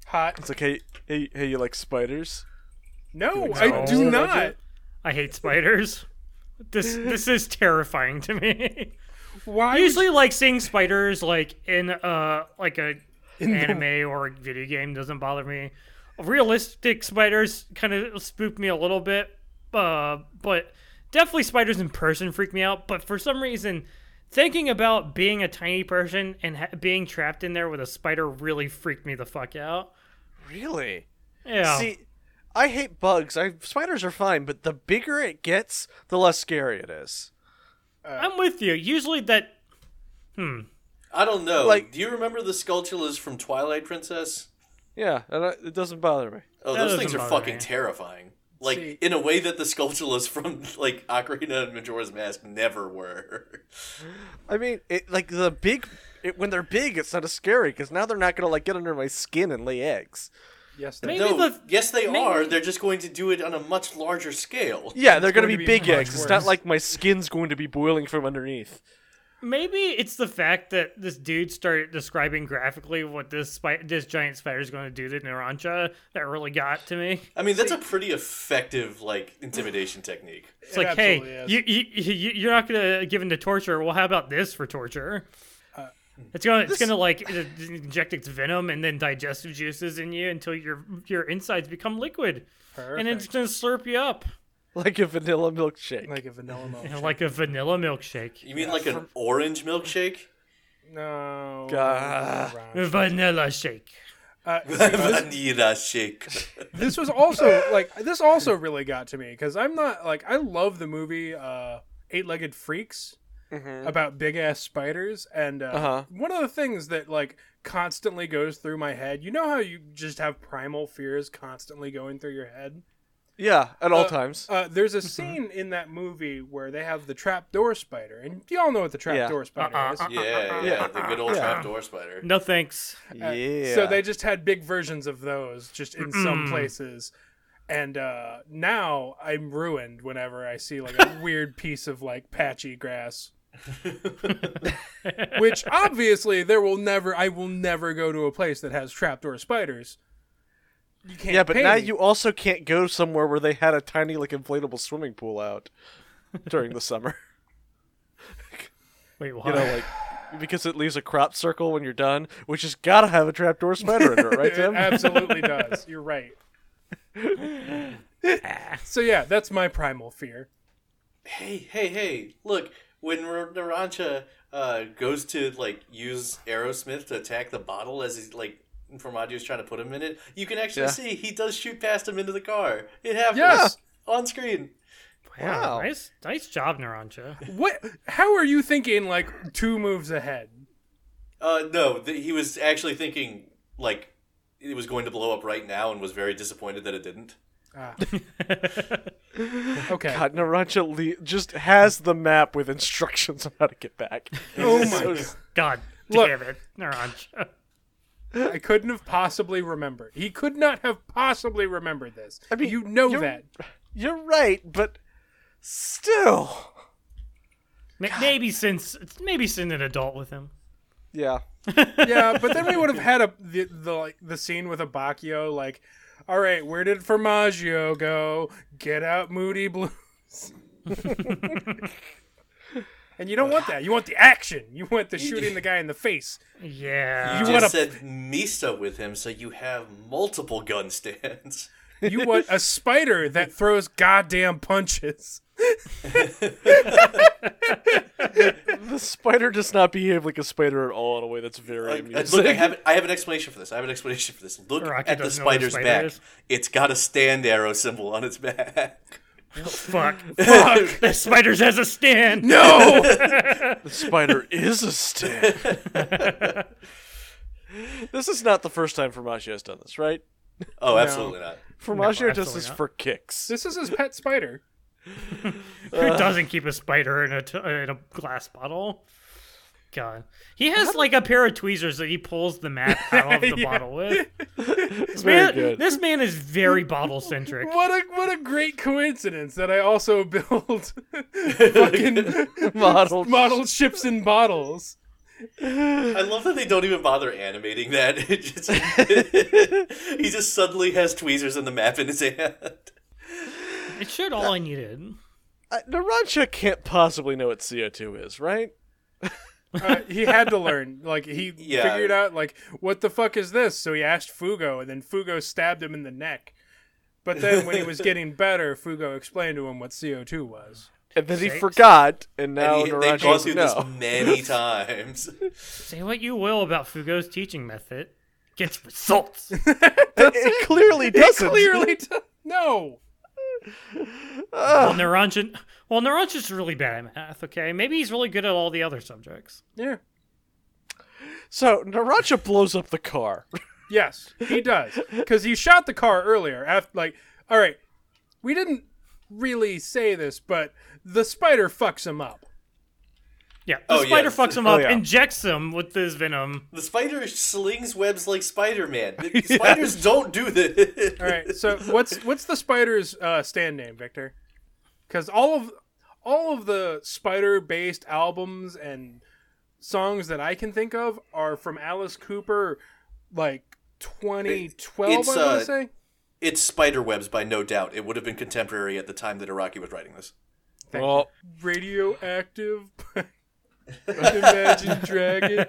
S5: Hot.
S2: It's like, hey, hey, hey, you like spiders?
S5: No, I do
S3: so?
S5: not.
S3: I hate spiders. This this is terrifying to me.
S5: Why?
S3: I
S5: would
S3: usually like seeing spiders like in uh like a anime or a video game doesn't bother me. Realistic spiders kind of spook me a little bit, uh, but definitely spiders in person freak me out. But for some reason, thinking about being a tiny person and ha- being trapped in there with a spider really freaked me the fuck out.
S2: Really?
S5: Oh.
S3: Yeah.
S2: See, I hate bugs. I spiders are fine, but the bigger it gets, the less scary it is.
S3: I'm with you. Usually that. Hmm.
S4: I don't know.
S2: Like-
S4: do you remember the sculptulas from Twilight Princess?
S2: Yeah, and I, it doesn't bother me.
S4: Oh,
S3: That
S4: those
S3: doesn't
S4: things are
S3: bother
S4: fucking
S3: me.
S4: terrifying. Like
S5: See-
S4: in a way that the sculptulas from like Ocarina and Majora's Mask never were.
S2: I mean, it like the big it, when they're big, it's not as scary because now they're not gonna like get under my skin and lay eggs.
S5: Yes,
S3: Maybe
S4: no,
S3: the
S4: yes, they
S3: maybe-
S4: are. They're just going to do it on a much larger scale.
S2: Yeah, they're gonna
S5: going
S2: be,
S5: to be
S2: big
S5: much
S2: eggs. It's not
S5: worse.
S2: like my skin's going to be boiling from underneath.
S3: Maybe it's the fact that this dude started describing graphically what this spi- this giant spider is going to do to Narancha that really got to me.
S4: I mean, that's a pretty effective like intimidation technique.
S3: It's like, hey,
S5: absolutely
S3: you, you you you're not going to give in to torture. Well, how about this for torture?
S2: Uh,
S3: it's gonna it's gonna like i- inject its venom and then digestive juices in you until your your insides become liquid, and it's gonna slurp you up
S2: Like a vanilla milkshake.
S5: like a vanilla
S3: you know,
S5: milkshake.
S3: like a vanilla milkshake.
S4: You mean like an orange milkshake?
S5: No.
S2: Gah.
S3: Vanilla shake.
S5: Uh,
S4: Vanilla shake.
S5: this was also like this also really got to me because I'm not like I love the movie uh, Eight Legged Freaks about big ass spiders and uh,
S2: Mm-hmm. Uh-huh.
S5: one of the things that like constantly goes through my head. You know how you just have primal fears constantly going through your head.
S2: yeah, at all
S5: Uh,
S2: times.
S5: Uh, there's
S2: Mm-hmm.
S5: a scene in that movie where they have the trapdoor spider, and y'all know what the
S2: Yeah.
S5: trapdoor spider
S3: Uh-uh,
S5: is.
S4: Yeah, yeah, the good old
S2: Yeah.
S4: trapdoor spider.
S3: No thanks.
S2: yeah.
S5: uh, So they just had big versions of those just in some places. And uh, now I'm ruined whenever I see like a weird piece of like patchy grass. Which obviously there will never I will never go to a place that has trapdoor spiders. You can't
S2: yeah, but
S5: pay
S2: now
S5: me.
S2: you also can't go somewhere where they had a tiny like inflatable swimming pool out during the summer.
S3: Wait, what?
S2: You know, like because it leaves a crop circle when you're done, which has got to have a trapdoor spider under it, right,
S5: It
S2: Tim?
S5: absolutely does. You're right. so yeah, that's my primal fear.
S4: hey, hey, hey, look, when R- Narancha uh, goes to, like, use Aerosmith to attack the bottle as he's, like, Formaggio's trying to put him in it, you can actually
S2: Yeah.
S4: see he does shoot past him into the car. It happens.
S5: Yes.
S4: On screen.
S2: Wow.
S3: Nice, nice job, Narancha.
S5: What? How are you thinking? Like two moves ahead.
S4: Uh, no, th- he was actually thinking, like, it was going to blow up right now and was very disappointed that it didn't.
S5: Okay.
S2: God, Narancha le- just has the map with instructions on how to get back.
S5: oh my!
S3: God
S5: Look.
S3: damn it, Narancha.
S5: I couldn't have possibly remembered. He could not have possibly remembered this. I
S2: mean,
S5: mean, you know
S2: you're-
S5: that.
S2: You're right, but still.
S3: Ma- Maybe since maybe send an adult with him.
S2: Yeah.
S5: Yeah, but then we would have had a the, the like the scene with Abacchio, like, all right, where did Formaggio go? Get out, Moody Blues. and you don't want that. You want the action. You want the shooting the guy in the face.
S3: Yeah.
S4: You
S5: You wanna-
S4: just said Misa with him, so you have multiple gun stands.
S5: You want a spider that throws goddamn punches.
S2: The spider does not behave like a spider at all in a way that's very
S4: Like,
S2: amusing.
S4: look, I have I have an explanation for this. I have an explanation for this. Look
S3: Rocky
S4: at the
S3: doesn't know what a
S4: spider's
S3: spider
S4: back.
S3: is.
S4: It's got a stand arrow symbol on its back.
S3: Fuck. Fuck. the spiders has a stand. No.
S2: The spider is a stamp. this is not the first time Formaggio has done this, right?
S4: Oh, absolutely not.
S2: Formaggio does
S3: absolutely
S2: this
S3: not.
S2: for kicks.
S5: This is his pet spider.
S3: Who doesn't keep a spider in a t- in a glass bottle? God. He has like a pair of tweezers that he pulls the map out of the bottle with. This
S2: Very
S3: man,
S2: good.
S3: this man is very bottle centric.
S5: What a what a great coincidence that I also build fucking
S2: model.
S5: model ships in bottles.
S4: I love that they don't even bother animating that. It just, he just suddenly has tweezers and the map in his hand.
S3: It should all I needed.
S2: Uh, Narancha can't possibly know what CO2 is, right?
S5: Uh, he had to learn. Like he
S4: Yeah.
S5: figured out like what the fuck is this? So he asked Fugo, and then Fugo stabbed him in the neck. But then when he was getting better, Fugo explained to him what CO two was.
S2: And then he forgot, and now
S4: And he, they've
S2: Narancha
S4: gone
S2: doesn't
S4: through
S2: know.
S4: this many times.
S3: Say what you will about Fugo's teaching method. Gets results.
S2: It, it clearly doesn't.
S5: Clearly, t- no.
S3: well, Naranjan, well, Naranjan's really bad at math. Okay, maybe he's really good at all the other subjects.
S5: Yeah.
S2: So Narancha blows up the car.
S5: Yes, he does because he shot the car earlier. After like, all right, we didn't really say this, but the spider fucks him up.
S3: Yeah, the
S4: Oh, yeah.
S3: spider fucks him up,
S2: yeah.
S3: injects him with his venom.
S4: the spider slings webs like Spider Man. Spiders don't do this.
S5: All right. So what's what's the spider's uh, stand name, Victor? Because all of all of the spider-based albums and songs that I can think of are from Alice Cooper, like 2012.
S4: It's,
S5: I want
S4: uh,
S5: to say.
S4: It's spider webs by no doubt. It would have been contemporary at the time that Iraqi was writing this.
S2: Well,
S5: Radioactive. Imagine Dragons.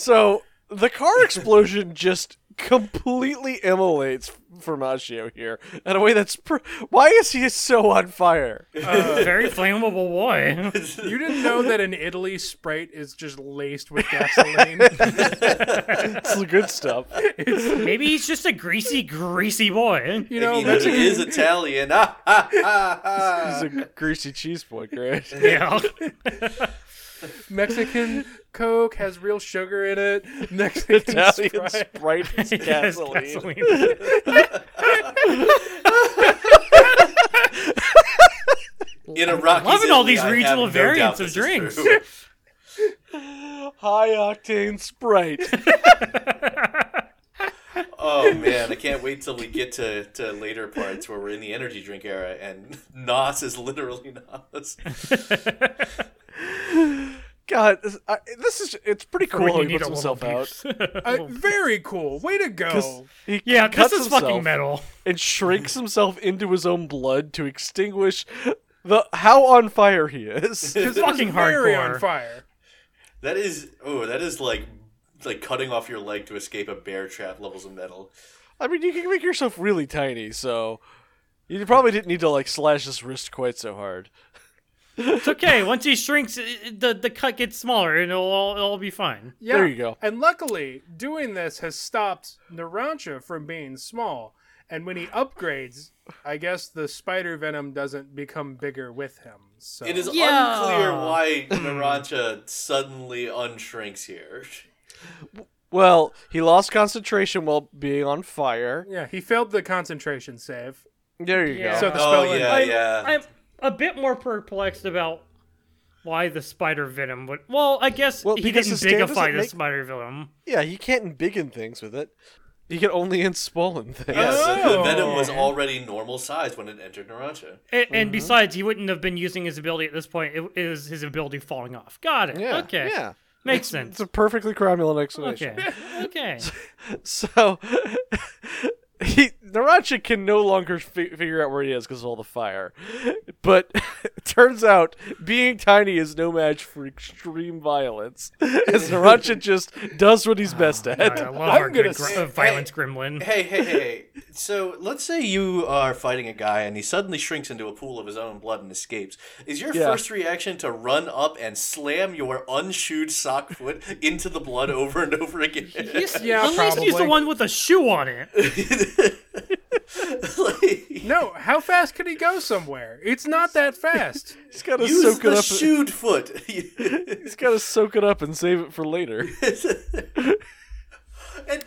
S2: so the car explosion just completely immolates Formaggio here in a way that's. Pr- Why is he so on fire? Uh.
S3: Very flammable boy.
S5: You didn't know that in Italy, Sprite is just laced with gasoline.
S2: It's the good stuff.
S3: maybe he's just a greasy, greasy boy.
S5: You know,
S4: he really
S5: Mexican,
S4: is Italian. Ah, ah, ah, ah.
S2: He's a greasy cheese boy, great.
S3: Yeah.
S5: Mexican Coke has real sugar in it. Mexican
S2: Italian
S5: Sprite.
S2: Sprite is
S3: Yes,
S2: gasoline.
S3: gasoline.
S4: in Iraq.
S3: loving all these regional variants of drinks.
S2: High octane Sprite.
S4: oh man, I can't wait till we get to, to later parts where we're in the energy drink era and Nos is literally Nos.
S2: God, this, I, this is it's pretty cool
S3: When
S2: how
S3: you
S2: he
S3: need
S2: puts
S3: a
S2: himself
S3: little
S2: out.
S3: boost.
S2: Oh.
S5: Uh, very cool. Way to go.
S2: He
S3: yeah, this
S2: cuts
S3: is
S2: himself
S3: fucking metal.
S2: And shrinks himself into his own blood to extinguish the how on fire he is.
S5: Because it was
S3: Fucking
S5: very on
S3: hardcore.
S5: fire.
S4: That is oh, that is like like cutting off your leg to escape a bear trap levels of metal.
S2: I mean, you can make yourself really tiny, so you probably didn't need to like slash his wrist quite so hard.
S3: It's okay. Once he shrinks, i- i- the the cut gets smaller, and it'll all, it'll all be fine.
S5: Yeah.
S2: There you go.
S5: And luckily, doing this has stopped Narancha from being small. And when he upgrades, I guess the spider venom doesn't become bigger with him. So
S4: It is
S3: Yeah. Hmm.
S4: unclear why Narancha suddenly unshrinks here.
S2: Well, he lost concentration while being on fire.
S5: yeah, he failed the concentration save.
S2: There you go.
S3: Yeah.
S5: So the spell
S4: Oh yeah,
S3: I'm,
S2: uh,
S4: yeah.
S3: I'm a bit more perplexed about why the spider venom would. Well, I guess
S2: Well,
S3: he
S2: because
S3: didn't
S2: the stand
S3: bigify
S2: doesn't
S3: the
S2: make-
S3: spider venom.
S2: Yeah, he can't embiggen things with it. He can only enswollen things.
S4: Yes, the- the
S5: Oh.
S4: venom was already normal sized when it entered Narancha.
S3: And,
S2: Mm-hmm.
S3: and besides, he wouldn't have been using his ability at this point. It, it was his ability falling off. Got it.
S2: Yeah.
S3: Okay.
S2: Yeah.
S3: Makes
S2: It's
S3: sense.
S2: a perfectly cromulent explanation.
S3: Okay. okay.
S2: So he Naracha can no longer fi- figure out where he is because of all the fire. But it turns out being tiny is no match for extreme violence, as Naracha just does what
S4: Oh,
S2: he's best
S3: God,
S2: at.
S3: I love
S5: I'm
S3: our
S5: gonna
S3: good gr-
S5: say-
S3: uh, violence gremlin.
S4: Hey, hey, hey. hey. So let's say you are fighting a guy and he suddenly shrinks into a pool of his own blood and escapes. Is your
S2: Yeah.
S4: first reaction to run up and slam your unshoed sock foot into the blood over and over again?
S5: Yeah,
S3: Unless he's the
S5: probably.
S3: one with a shoe on it.
S4: like,
S5: No, how fast could he go somewhere? It's not that fast.
S2: He's gotta
S4: use
S2: soak it
S4: the
S2: up.
S4: shoed foot.
S2: He's gotta soak it up and save it for later.
S4: And, like,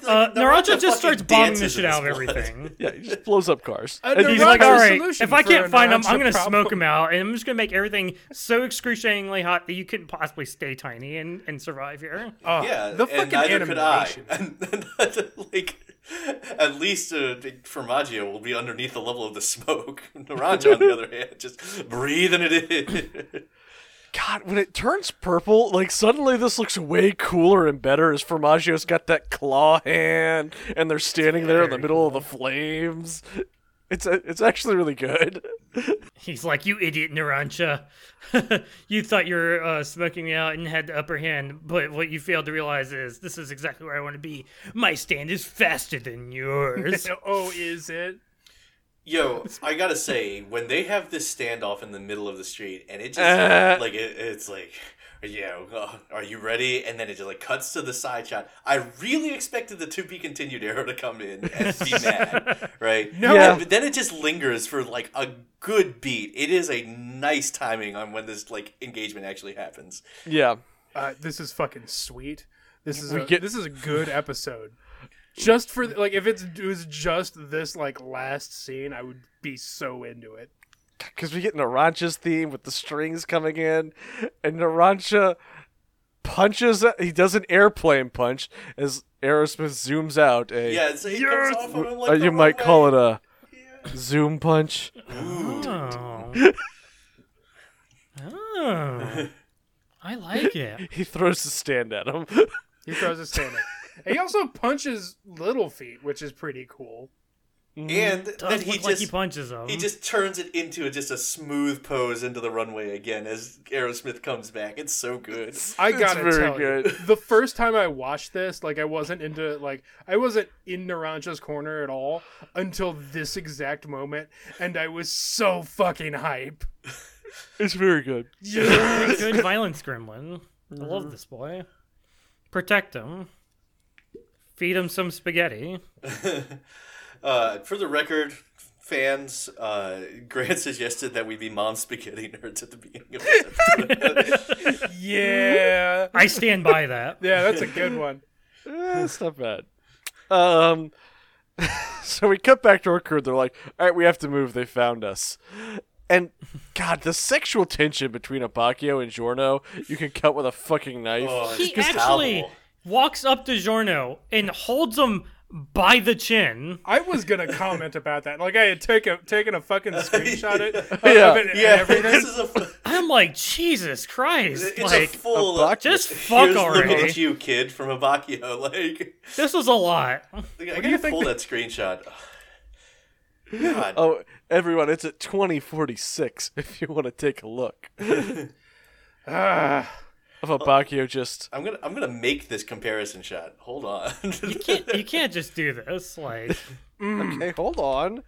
S3: Uh,
S4: Naruto
S3: Naraja just starts bombing
S4: fucking
S3: the
S4: dances
S3: shit
S4: in
S3: out of
S4: his blood.
S3: everything.
S2: Yeah, he just blows up cars.
S5: Uh,
S2: And he's
S5: Naracha-
S2: like,
S3: Like,
S5: That's
S3: all
S5: a
S3: right,
S5: solution
S3: if I
S5: for a
S3: can't find him, I'm
S5: Naraja
S3: gonna
S5: problem.
S3: smoke him out, and I'm just gonna make everything so excruciatingly hot that you couldn't possibly stay tiny and, and survive here.
S5: Oh,
S4: Yeah,
S5: the
S4: and
S5: fucking
S4: neither could I.
S5: animation.
S4: And, like, at least uh, Formaggio will be underneath the level of the smoke. Naranja, on the other hand, just breathing it in.
S2: God, when it turns purple, like suddenly this looks way cooler and better as Formaggio's got that claw hand and they're standing there in the middle of the flames. It's uh, it's actually really good.
S3: He's like, "You idiot, Narancha! you thought you were uh, smoking me out and had the upper hand, but what you failed to realize is this is exactly where I want to be. My stand is faster than yours."
S5: Oh, is it?
S4: Yo, I gotta say, when they have this standoff in the middle of the street, and it just
S2: Uh.
S4: like it, it's like, yeah, uh, are you ready? And then it just like cuts to the side shot. I really expected the to be continued arrow to come in and be mad, right? No,
S2: Yeah.
S4: but then it just lingers for like a good beat. It is a nice timing on when this like engagement actually happens.
S2: Yeah.
S5: Uh, this is fucking sweet. This is a,
S2: get-
S5: this is a good episode. Just for like, if it's it was just this like last scene, I would be so into it.
S2: Cause we get Narancha's theme with the strings coming in, and Narancha punches he does an airplane punch as Aerosmith zooms out a
S4: Yeah, it's, it comes off of him, like
S2: uh,
S4: "Oh, the
S2: you
S4: wrong
S2: might call
S4: way.
S2: it a zoom punch.
S3: oh. oh, I like it.
S2: He throws his stand at him.
S5: He throws his hand. up. he also punches Little Feet, which is pretty cool.
S4: and then
S3: Does
S4: he
S3: look
S4: just
S3: like he punches him.
S4: He just turns it into just a smooth pose into the runway again as Aerosmith comes back. It's so good.
S5: I
S2: It's
S5: gotta
S2: very
S5: tell you,
S2: good.
S5: the first time I watched this, like I wasn't into like I wasn't in Naranja's corner at all until this exact moment, and I was so fucking hype.
S2: It's very good.
S3: Pretty good violence gremlin. I
S4: Mm-hmm.
S3: love this boy. Protect him. Feed him some spaghetti.
S4: Uh, for the record, fans, uh, Grant suggested that we be mom spaghetti nerds at the beginning of this episode.
S5: Yeah,
S3: I stand by that.
S5: yeah, that's a good one.
S2: Eh, it's not bad. Um, so we cut back to our crew. They're like, "All right, we have to move. They found us." And God, the sexual tension between Abacchio and Giorno, you can cut with a fucking knife.
S4: Oh,
S3: He
S4: it's
S3: actually
S4: towel.
S3: walks up to Giorno and holds him by the chin.
S5: I was gonna comment about that. Like I had taken taken a fucking screenshot it of
S2: Yeah.
S5: it and
S4: Yeah,
S5: everything.
S4: this is a,
S3: I'm like, Jesus Christ!
S4: it's
S3: like
S4: a full. uh,
S2: Abacchio-
S3: Just
S4: here's
S3: fuck
S4: looking
S3: already.
S4: at you, kid, from Abacchio. Like,
S3: this was a lot.
S4: I
S5: do you
S4: gotta
S5: think
S4: pull
S5: the-
S4: that screenshot. God.
S2: Oh, everyone, it's at 2046 if you want to take a look. of a Bacchio just.
S4: I'm gonna I'm gonna make this comparison shot. Hold on.
S3: You can't you can't just do this. Like
S2: Okay, hold on.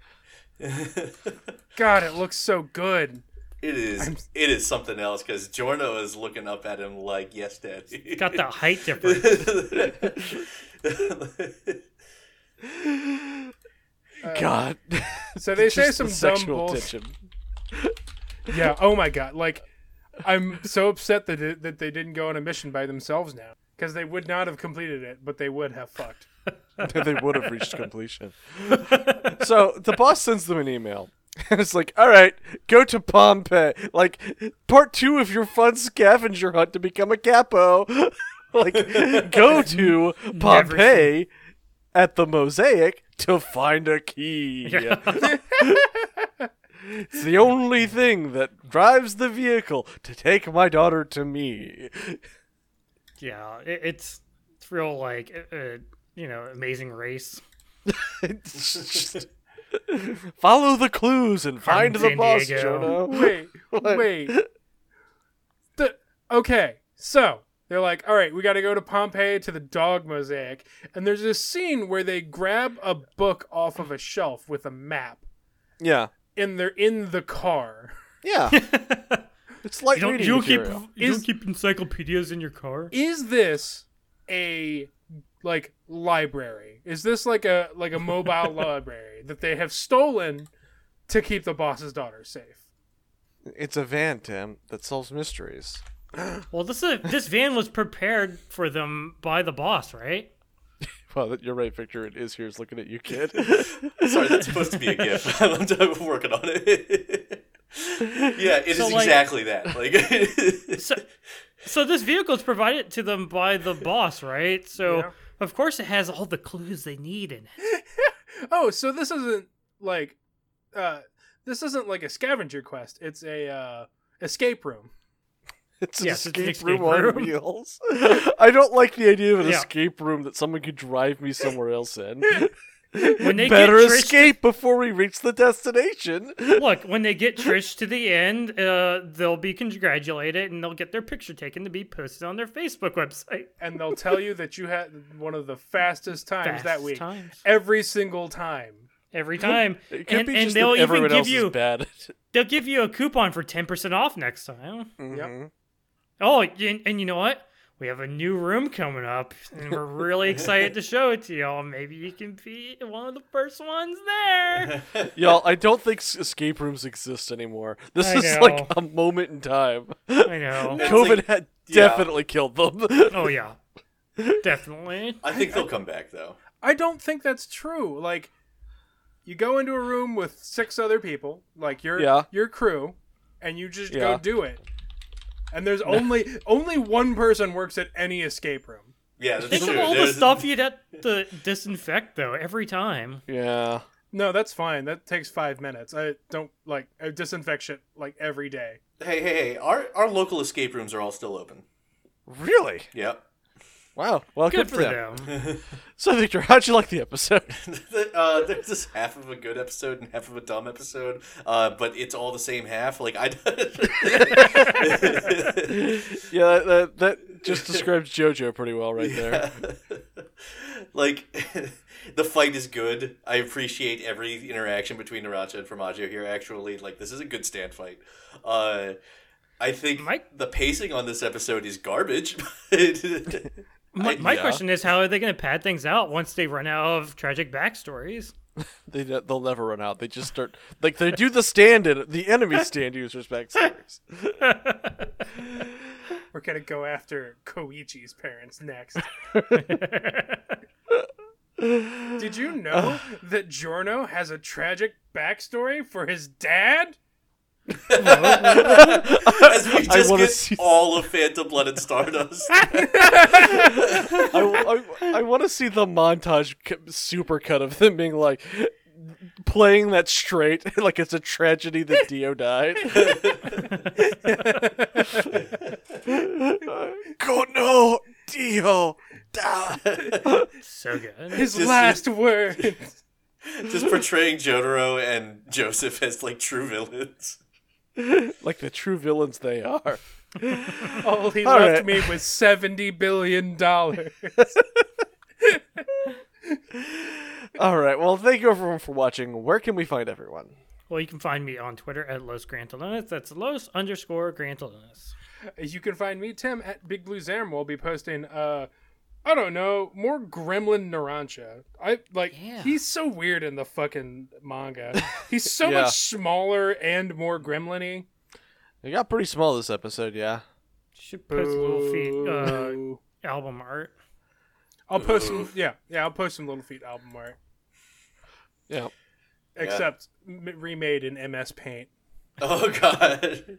S5: God, it looks so good.
S4: It is- it is something else because Jorno is looking up at him like, "Yes, Daddy."
S3: got the height difference.
S2: God.
S5: So they say
S2: Just the
S5: some dumb
S2: sexual
S5: bullshit.
S2: tension.
S5: Yeah. Oh my god. Like, I'm so upset that it, that they didn't go on a mission by themselves now because they would not have completed it, but they would have fucked.
S2: they would have reached completion. so the boss sends them an email. And it's like, all right, go to Pompeii. Like, part two of your fun scavenger hunt to become a capo. like, go to Pompeii at the mosaic to find a key. it's the only thing that drives the vehicle to take my daughter to me.
S3: Yeah, it, it's it's real like uh, uh, you know amazing race.
S2: Follow the clues and
S3: Carmen
S2: find the boss,
S3: Sandiego.
S2: Jono.
S5: Wait. wait. The, okay. So they're like, all right, we got to go to Pompeii to the dog mosaic, and there's this scene where they grab a book off of a shelf with a map,
S2: Yeah.
S5: and they're in the car.
S2: Yeah. it's light
S3: You don't
S2: reading
S3: you keep
S2: material.
S3: you
S5: Is-
S3: don't keep encyclopedias in your car?
S5: is this a like library is this like a like a mobile library that they have stolen to keep the boss's daughter safe
S2: It's a van, Tim, that solves mysteries.
S3: Well, this is, this van was prepared for them by the boss, right?
S2: Well, that- you're right, Victor. It is here's looking at you, kid.
S4: Sorry, that's supposed to be a gif. I'm done working on it. yeah, it is
S3: So, like-
S4: exactly that. Like,
S3: So, so this vehicle is provided to them by the boss, right? So of course it has all the clues they need in it.
S5: oh so this isn't like uh this isn't like a scavenger quest it's a uh escape room
S2: It's an
S3: Yes, it's
S2: escape,
S3: an
S2: room,
S3: escape room.
S2: on wheels. I don't like the idea of an
S3: Yeah.
S2: escape room that someone could drive me somewhere else in.
S3: When they
S2: Better
S3: get Trish,
S2: escape before we reach the destination.
S3: Look, when they get Trish to the end, uh, they'll be congratulated and they'll get their picture taken to be posted on their Facebook website.
S5: and they'll tell you that you had one of the fastest times that
S3: Fastest
S5: week
S3: times.
S5: every single time
S3: every time,
S2: It could
S3: and,
S2: be
S3: and
S2: just
S3: they'll
S2: that
S3: even
S2: everyone
S3: give
S2: else
S3: you
S2: is bad. at it.
S3: they'll give you a coupon for ten percent off next time.
S2: Mm-hmm.
S5: yep
S3: Oh, and, and you know what? We have a new room coming up, and we're really excited to show it to y'all. Maybe you can be one of the first ones there.
S2: Y'all, I don't think s- escape rooms exist anymore. This
S3: I
S2: is
S3: know.
S2: like a moment in time.
S3: I know.
S2: COVID
S4: like-
S2: had
S4: yeah.
S2: definitely killed them.
S3: Oh yeah, definitely.
S4: I think they'll come back though.
S5: I don't think that's true. Like, you go into a room with six other people, like your
S2: Yeah.
S5: your crew, and you just
S2: Yeah.
S5: go do it. And there's only only one person works at any escape room.
S4: Yeah, that's
S3: Think
S4: true.
S3: of all the
S4: There's-
S3: stuff you'd have to disinfect though every time.
S2: yeah.
S5: No, that's fine. That takes five minutes. I don't like I disinfect shit like every day.
S4: Hey, hey, hey! Our our local escape rooms are all still open.
S2: Really?
S4: Yep.
S2: Wow. Well,
S3: Good for
S2: them.
S3: them.
S2: So, Victor, how'd you like the episode?
S4: uh, there's this half of a good episode and half of a dumb episode, uh, but it's all the same half. Like I,
S2: yeah, that, that just describes JoJo pretty well right there.
S4: like the fight is good. I appreciate every interaction between Naracha and Formaggio here. Actually, like this is a good stand fight. Uh, I think
S3: Mike-
S4: the pacing on this episode is garbage. but-
S3: My, my
S2: yeah.
S3: question is, how are they going to pad things out once they run out of tragic backstories?
S2: They, they'll never run out. They just start, like, they do the stand in, the enemy stand users backstories.
S5: We're gonna go after Koichi's parents next. Did you
S2: Uh.
S5: know that Jorno has a tragic backstory for his dad?
S4: As we
S2: I
S4: just
S2: wanna
S4: get
S2: see-
S4: all of Phantom Blood and Stardust.
S2: I, want to see the montage c- super cut of them being like, playing that straight, like it's a tragedy that Dio died. God, no! Dio! died.
S3: So good.
S5: His last word.
S4: Just portraying Jotaro and Joseph as like true villains.
S2: like the true villains they are.
S5: Oh, he
S2: All
S5: left
S2: right.
S5: me with seventy billion dollars.
S2: All right. Well, thank you everyone for watching. Where can we find everyone?
S3: Well, you can find me on Twitter at Los Grantalunas. That's Los underscore Grantalunas.
S5: you can find me, Tim, at Big Blue Zerm. We'll be posting uh I don't know, more Gremlin Narancha. I like
S3: Yeah.
S5: he's so weird in the fucking manga. He's so
S2: Yeah.
S5: much smaller and more gremlin-y.
S2: It got pretty small this episode, yeah.
S3: Should post little feet uh,
S5: Boo.
S3: album art.
S5: I'll post some yeah, yeah, I'll post some Little Feet album art.
S2: Yeah.
S5: Except m- remade in MS Paint.
S4: Oh god.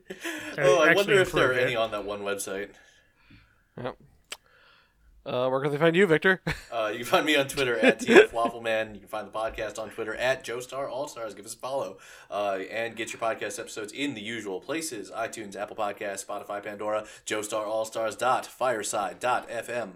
S4: Oh, I
S3: actually
S4: wonder if there are
S3: improved it.
S4: any on that one website.
S2: Uh, where can they find you, Victor?
S4: Uh, you can find me on Twitter at TF Waffleman. You can find the podcast on Twitter at Joestar All Stars. Give us a follow. Uh, and get your podcast episodes in the usual places iTunes, Apple Podcasts, Spotify, Pandora, joestarallstars.fireside.fm.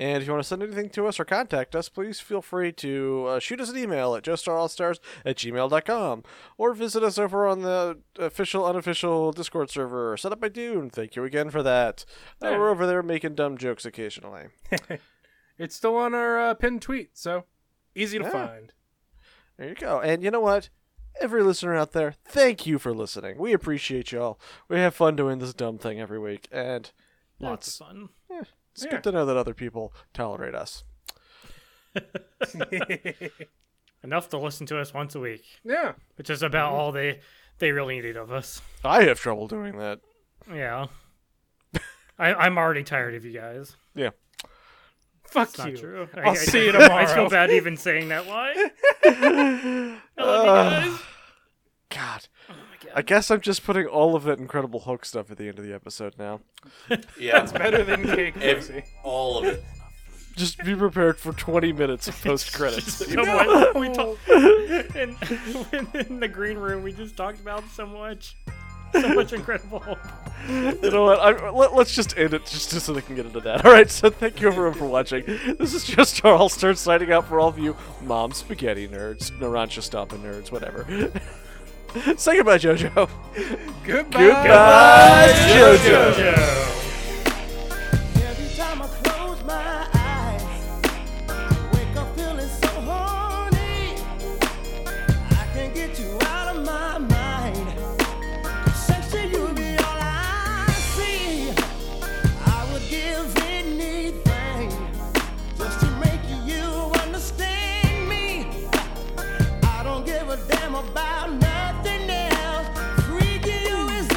S2: And if you want to send anything to us or contact us, please feel free to uh, shoot us an email at joestarallstars at gmail.com or visit us over on the official, unofficial Discord server set up by Dune. Thank you again for that. Uh, we're over there making dumb jokes occasionally.
S5: It's still on our uh, pinned tweet, so easy to
S2: Yeah.
S5: find.
S2: There you go. And you know what? Every listener out there, thank you for listening. We appreciate y'all. We have fun doing this dumb thing every week, and
S3: Lots of
S2: lots.
S3: fun.
S2: It's good to know that other people tolerate us.
S3: Enough to listen to us once a week,
S5: Yeah.
S3: which is about
S5: Mm-hmm.
S3: all they they really needed of us.
S2: I have trouble doing that.
S3: Yeah. I, I'm already tired of you guys.
S2: Yeah.
S5: Fuck
S3: It's not
S5: you.
S3: true.
S5: I'll see you
S3: I
S5: tomorrow.
S3: feel bad even saying that. Why? I love you guys.
S2: God.
S3: God.
S2: I guess I'm just putting all of that Incredible Hulk stuff at the end of the episode now.
S4: Yeah.
S5: Better than cake
S4: Ev-
S5: pussy.
S4: all of it.
S2: Just be prepared for 20 minutes of post credits.
S3: Someone- we talk- and in the green room, we just talked about so much, so much incredible. Hulk.
S2: you know what? I, let, let's just end it just, just so they can get into that. All right. So thank you everyone for watching. This is just our all start signing out for all of you mom spaghetti nerds, Narancha stomping nerds, whatever. Say goodbye, JoJo.
S5: Goodbye.
S2: Goodbye, JoJo.
S8: Every time I close my eyes, wake up feeling so horny. I can't get you out of my mind. Section you be all I see. I would give anything just to make you understand me. I don't give a damn about nothing else. Freaking you is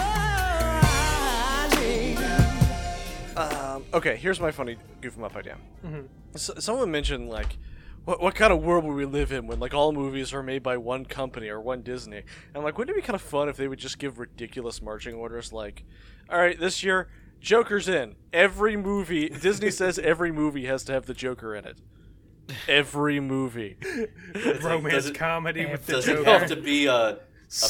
S8: all I need.
S2: Um, okay, here's my funny goof 'em up idea. S- someone mentioned like, what what kind of world would we live in when like all movies are made by one company or one Disney? And I'm like, wouldn't it be kind of fun if they would just give ridiculous marching orders? Like, all right, this year Joker's in every movie. Disney says every movie has to have the Joker in it. Every movie.
S5: Romance
S4: Doesn't-
S5: comedy with the
S4: Does it
S5: Joker.
S4: have to be a, a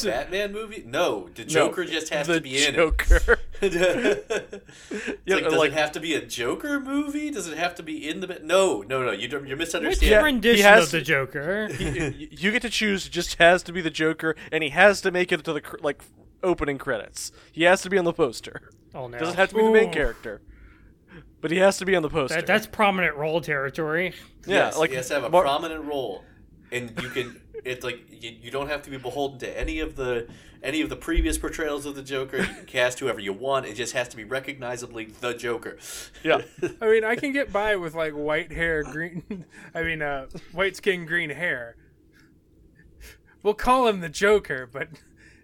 S4: Batman movie? No, the Joker just has
S2: the
S4: to be in
S2: Joker.
S4: it.
S2: Yeah,
S4: yeah, like, does
S2: like-
S4: it have to be a Joker movie? Does it have to be in the Bat? No, no, no. You, don't- you're
S3: What's
S4: misunderstanding.
S3: your
S2: he
S3: rendition
S2: has-
S3: of the Joker?
S2: Y- you get to choose. It Just has to be the Joker, and he has to make it to the cr- like opening credits. He has to be on the poster.
S3: Oh no,
S2: Doesn't have to be the main
S5: Ooh.
S2: character, but he has to be on the poster.
S3: that, that's prominent role territory.
S2: yeah,
S4: yes,
S2: like
S4: he has to have a
S2: Mar-
S4: prominent role, and you can. It's like you, you don't have to be beholden to any of the any of the previous portrayals of the Joker. You can cast whoever you want. It just has to be recognizably the Joker.
S2: yeah,
S5: I mean, I can get by with like white hair, green. I mean, uh, white skin, green hair. We'll call him the Joker, but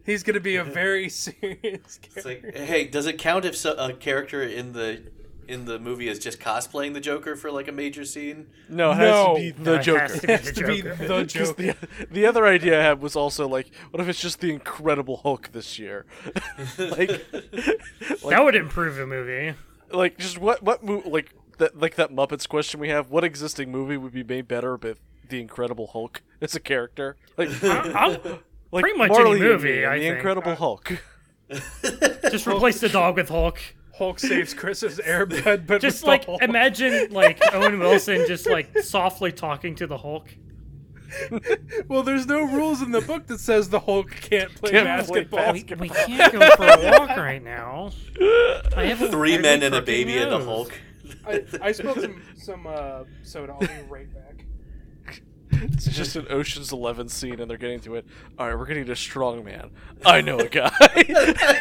S5: he's gonna be a very serious.
S4: It's
S5: Character.
S4: like, hey, does it count if so, a character in the in the movie is just cosplaying the Joker for like a major scene?
S2: no, it
S5: No.
S2: has to be the
S3: It
S2: Joker.
S3: has to be the Joker.
S5: To be the
S2: 'Cause
S5: Joker.
S2: the, the other idea I had was also like, what if it's just the Incredible Hulk this year? like,
S3: that would improve the movie.
S2: like just what what mo- like that like that Muppets question we have? What existing movie would be made better with the Incredible Hulk as a character? Like,
S3: i I'll
S2: like
S3: pretty much any
S2: Marley and
S3: movie,
S2: me and
S3: I
S2: the
S3: think. Uh,
S2: Incredible Hulk.
S3: just replace the dog with Hulk.
S5: Hulk saves Chris's airbud, but
S3: Just
S5: with
S3: like
S5: the Hulk.
S3: imagine like Owen Wilson just like softly talking to the Hulk.
S5: Well, there's no rules in the book that says the Hulk can't play
S2: Can't play
S5: basketball.
S2: bas-
S3: We, we can't go for a walk right now. I have a
S4: Three
S3: very
S4: men and a
S3: crooked
S4: baby and the
S3: nose.
S4: Hulk.
S5: I, I spilled some some uh, soda. I'll be right back.
S2: It's just an Ocean's Eleven scene, and they're getting to it. All right, we're gonna need a strong man. I know a guy.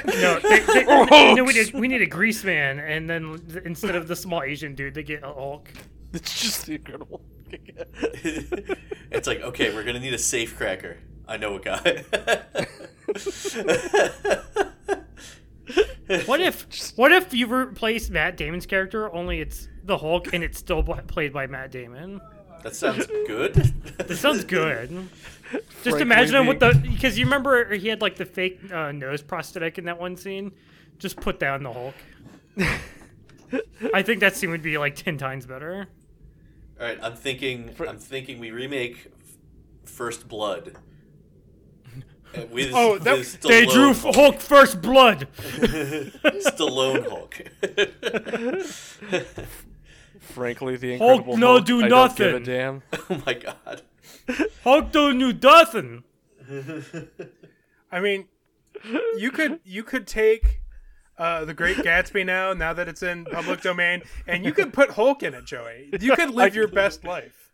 S3: No, they, they,
S2: Or
S3: no
S2: Hulks.
S3: we, need, we need a grease man, and then th- instead of the small Asian dude, they get a Hulk.
S2: it's just incredible.
S4: it's like, okay, we're gonna need a safe cracker. I know a guy.
S3: What if what if you replace Matt Damon's character only it's the Hulk and it's still b- played by Matt Damon?
S4: that sounds good.
S3: This sounds good. Just
S2: Frank
S3: imagine him with
S2: Levy.
S3: the because you remember he had like the fake uh, nose prosthetic in that one scene. Just put down the Hulk. I think that scene would be like ten times better.
S4: All right, I'm thinking. I'm thinking we remake First Blood. Uh, With,
S5: Oh, that-
S4: with
S3: They
S4: Stallone
S3: drew
S4: Hulk.
S3: Hulk first blood.
S4: Stallone Hulk.
S2: Frankly, the
S3: Hulk,
S2: incredible
S3: no,
S2: Hulk,
S3: do
S2: I don't give a
S3: nothing.
S2: damn.
S4: oh my god.
S3: Hulk don't do nothing.
S5: I mean, you could you could take uh, the Great Gatsby now, now that it's in public domain, and you could put Hulk in it, Joey. You could live your best life.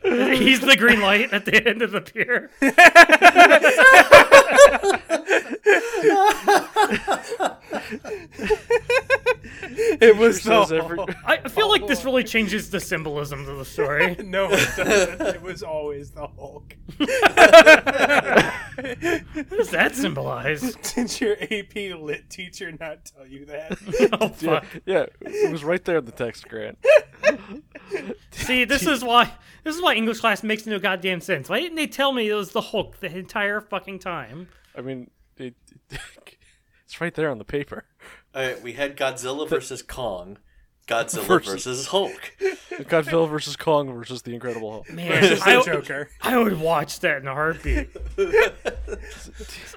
S3: He's the green light at the end of the pier.
S5: It was the
S2: Says every-
S5: Hulk.
S3: I I feel like this really changes the symbolism of the story.
S5: No, it doesn't. It was always the Hulk.
S3: What does that symbolize?
S5: Did your AP Lit teacher not tell you that?
S3: Oh, fuck.
S2: yeah, it was right there in the text, Grant.
S3: See, this is why this is why English class makes no goddamn sense. Why didn't they tell me it was the Hulk the entire fucking time?
S2: I mean, it, it's right there on the paper.
S4: All right, we had Godzilla versus Kong. Godzilla
S2: Versus-
S4: versus Hulk.
S2: Godzilla versus Kong versus the Incredible Hulk.
S3: Man,
S5: The
S3: I,
S5: Joker.
S3: I would watch that in a heartbeat.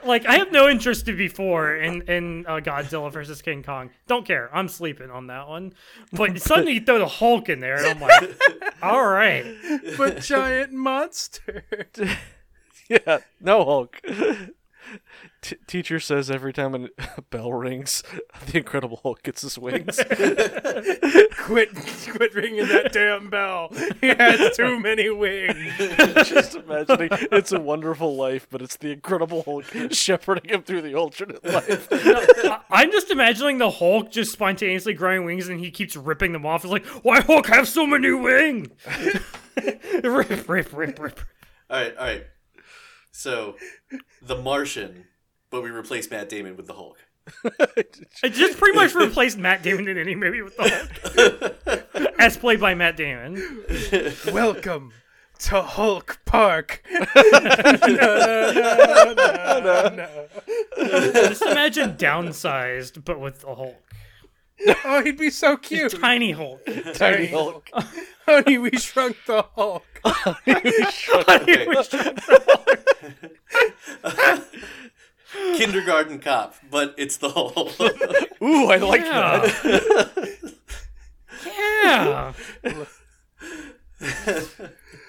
S3: like, I have no interest in before in in uh, Godzilla versus King Kong. Don't care. I'm sleeping on that one. But suddenly you throw the Hulk in there, and I'm like, all right.
S5: But giant monster.
S2: Yeah, no Hulk. T- teacher says every time an- a bell rings, the Incredible Hulk gets his wings.
S5: Quit, quit ringing that damn bell. He has too many wings.
S2: Just imagining it's a wonderful life, but it's the Incredible Hulk shepherding him through the alternate life.
S3: I- I'm just imagining the Hulk just spontaneously growing wings and he keeps ripping them off. It's like, why Hulk have so many wings? rip, rip, rip, rip.
S4: All right, all right. So, The Martian, but we replace Matt Damon with the Hulk.
S3: I just pretty much replaced Matt Damon in any movie with the Hulk. As played by Matt Damon.
S5: Welcome to Hulk Park.
S3: Just imagine downsized, but with the Hulk.
S5: Oh, he'd be so cute.
S3: Tiny Hulk.
S2: Tiny Hulk.
S5: Honey, we shrunk the Hulk.
S4: Okay. Kindergarten cop, but it's the Hulk.
S2: Ooh, I like that.
S3: Yeah. yeah.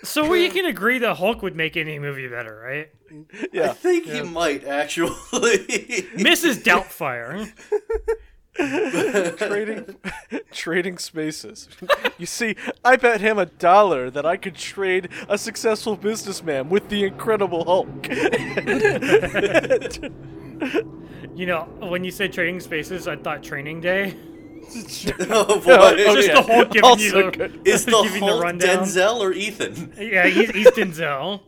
S3: So we can agree that Hulk would make any movie better, right?
S4: I think he might actually.
S3: Mrs. Doubtfire.
S2: trading trading spaces. You see, I bet him a dollar that I could trade a successful businessman with the Incredible Hulk.
S3: You know, when you said trading spaces, I thought training day.
S4: oh boy!
S3: Just
S2: yeah.
S3: the Hulk giving
S2: Also
S3: you the,
S2: good.
S4: Is the
S3: giving
S4: Hulk
S3: the rundown.
S4: Denzel or Ethan?
S3: Yeah, he's, he's Denzel.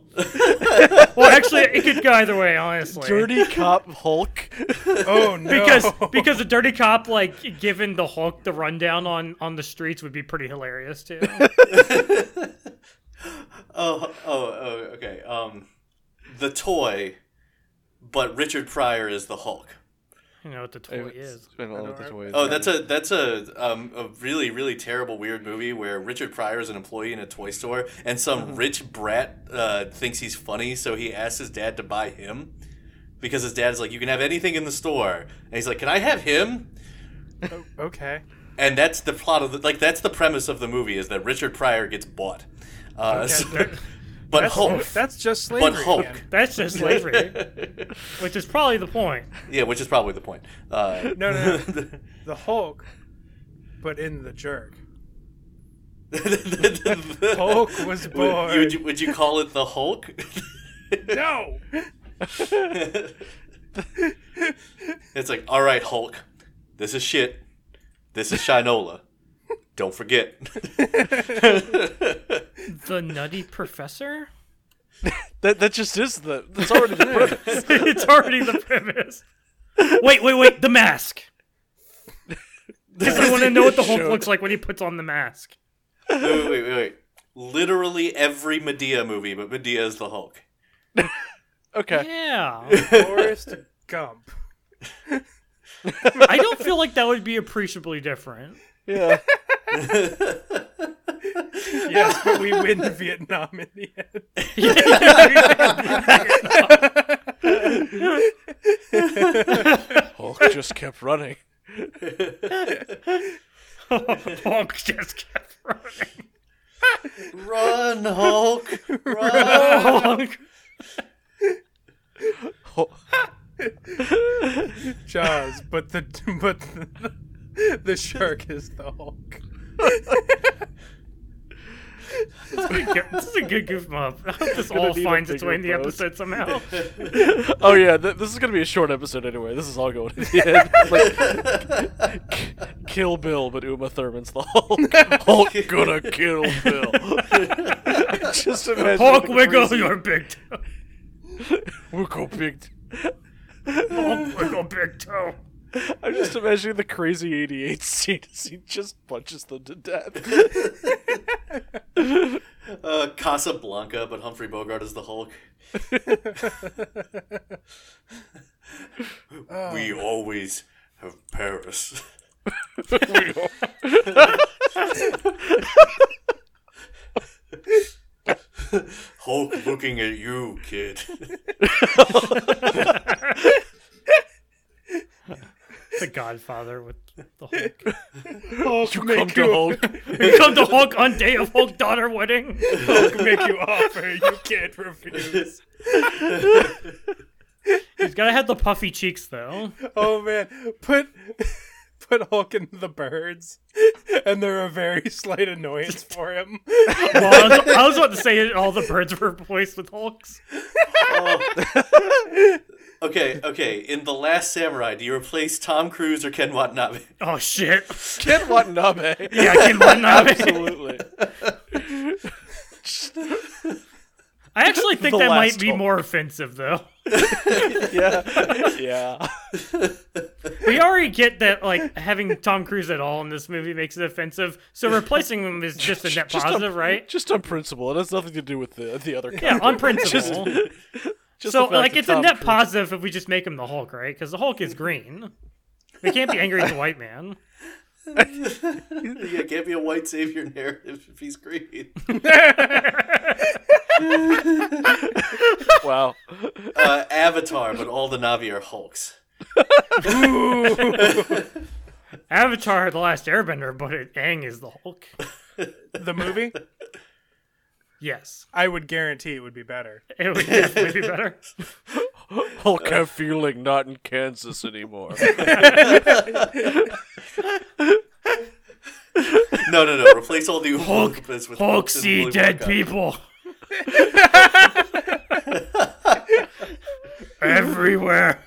S3: well, actually, it could go either way, honestly.
S2: Dirty cop Hulk.
S5: Oh no!
S3: because because a dirty cop like giving the Hulk the rundown on on the streets would be pretty hilarious too.
S4: Oh, oh, oh, okay. Um, the toy, but Richard Pryor is the Hulk.
S3: You know what the toy is.
S2: I don't know what the toy is.
S4: Oh, that's a that's a um, a really really terrible weird movie where Richard Pryor is an employee in a toy store and some rich brat uh, thinks he's funny, so he asks his dad to buy him because his dad's like, "You can have anything in the store," and he's like, "Can I have him?"
S5: okay.
S4: And that's the plot of the, like that's the premise of the movie is that Richard Pryor gets bought. Uh, so- But
S5: That's,
S4: Hulk.
S5: that's just slavery.
S4: but Hulk.
S5: man.
S3: That's just slavery, which is probably the point.
S4: Yeah, which is probably the point. Uh,
S5: No, no, no. the Hulk, but in the jerk. Hulk was born.
S4: Would, would you, would you call it the Hulk?
S5: No.
S4: it's like, all right, Hulk, this is shit. This is Shinola. Don't forget.
S3: The nutty professor.
S2: That that just is the that's already the premise.
S3: it's already the premise. Wait, wait, wait. The mask. Because I want to know what the Hulk looks like when he puts on the mask.
S4: wait, wait, wait, wait. Literally every Medea movie, but Medea is the Hulk.
S2: Okay.
S3: Yeah,
S5: Forrest Gump.
S3: I don't feel like that would be appreciably different.
S2: Yeah.
S5: Yes, but we win Vietnam in the end.
S2: Hulk just kept running.
S3: Hulk just kept running.
S4: Run, Hulk! Run!
S3: Hulk.
S2: Hul-
S5: Jaws, but the but the, the shark is the Hulk.
S3: This is a good- this is a good goof up. I hope this all
S2: need a
S3: finds its way in the
S2: bigger boat.
S3: episode somehow.
S2: Oh yeah, th- this is gonna be a short episode anyway. This is all going to the end. It's Like, k- kill Bill, but Uma Thurman's the Hulk. Hulk gonna kill Bill. just imagine.
S3: Hulk
S2: the
S3: wiggle
S2: crazy-
S3: your big toe.
S2: Wiggle big. T-
S3: Hulk wiggle big toe.
S2: I'm just imagining the crazy 88 scene as he just punches them to death.
S4: Uh, Casablanca, but Humphrey Bogart is the Hulk. We always have Paris. Hulk looking at you, kid.
S3: The Godfather with the Hulk.
S5: Hulk
S2: You
S5: make
S2: come to
S5: you
S2: Hulk.
S3: You come to Hulk on day of Hulk daughter wedding.
S5: Hulk make you offer you can't refuse.
S3: He's gotta have the puffy cheeks though.
S5: Oh man, put put Hulk in the birds, and they're a very slight annoyance for him.
S3: Well, I was, I was about to say all the birds were replaced with Hulks.
S4: Okay, okay. In The Last Samurai, do you replace Tom Cruise or Ken Watanabe?
S3: Oh shit!
S2: Ken Watanabe.
S3: Yeah, Ken Watanabe.
S2: Absolutely.
S3: I actually think
S2: The
S3: that might
S2: last
S3: be
S2: Hulk.
S3: more offensive though.
S2: Yeah. Yeah.
S3: We already get that like having Tom Cruise at all in this movie makes it offensive. So replacing him is just a net
S2: Just on-
S3: positive, right?
S2: Just on principle. It has nothing to do with the the other.
S3: Yeah, on
S2: content.
S3: principle.
S2: Just
S3: so
S2: the fact
S3: like
S2: that
S3: it's a
S2: Tom
S3: net
S2: Cruise-
S3: positive if we just make him the Hulk, right? Because the Hulk is green. We can't be angry at the white man.
S4: Yeah, it can't be a white savior narrative if he's green.
S2: Wow.
S4: Uh, Avatar, but all the Navi are Hulks.
S3: Avatar: The Last Airbender, but it, Aang is the Hulk.
S5: The movie,
S3: Yes,
S5: I would guarantee it would be better.
S3: it would definitely be better.
S2: Hulk have feeling not in Kansas anymore.
S4: No, no, no. Replace all the Hulk with
S3: Hulk
S4: and
S3: see
S4: Willy
S3: dead
S4: Wonka.
S3: people. Everywhere.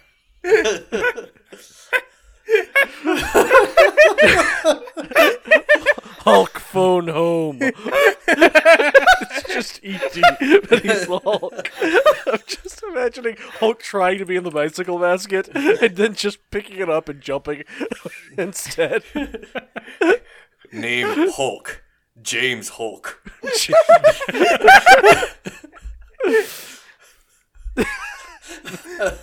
S2: Hulk phone home. it's just E.T. But he's the Hulk. I'm just imagining Hulk trying to be in the bicycle basket and then just picking it up and jumping instead.
S4: Name Hulk. James Hulk.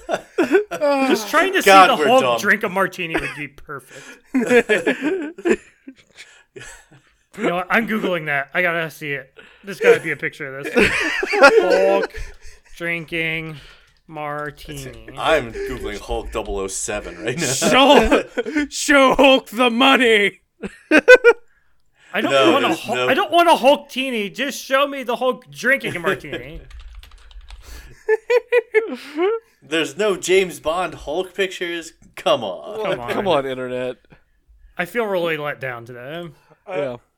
S3: Just trying to
S4: God,
S3: see the
S4: we're
S3: Hulk
S4: dumb.
S3: drink a martini would be perfect. you know what? I'm googling that. I gotta see it. There's gotta be a picture of this. Hulk drinking martini.
S4: I'm googling Hulk 007 right now.
S5: Show, show Hulk the money.
S3: I don't
S4: No,
S3: want a
S4: there's
S3: Hulk,
S4: no-
S3: I don't want a Hulk teeny. Just show me the Hulk drinking a martini.
S4: There's no James Bond Hulk pictures. Come on.
S3: Come on.
S2: Come on, internet.
S3: I feel really let down today.
S2: yeah.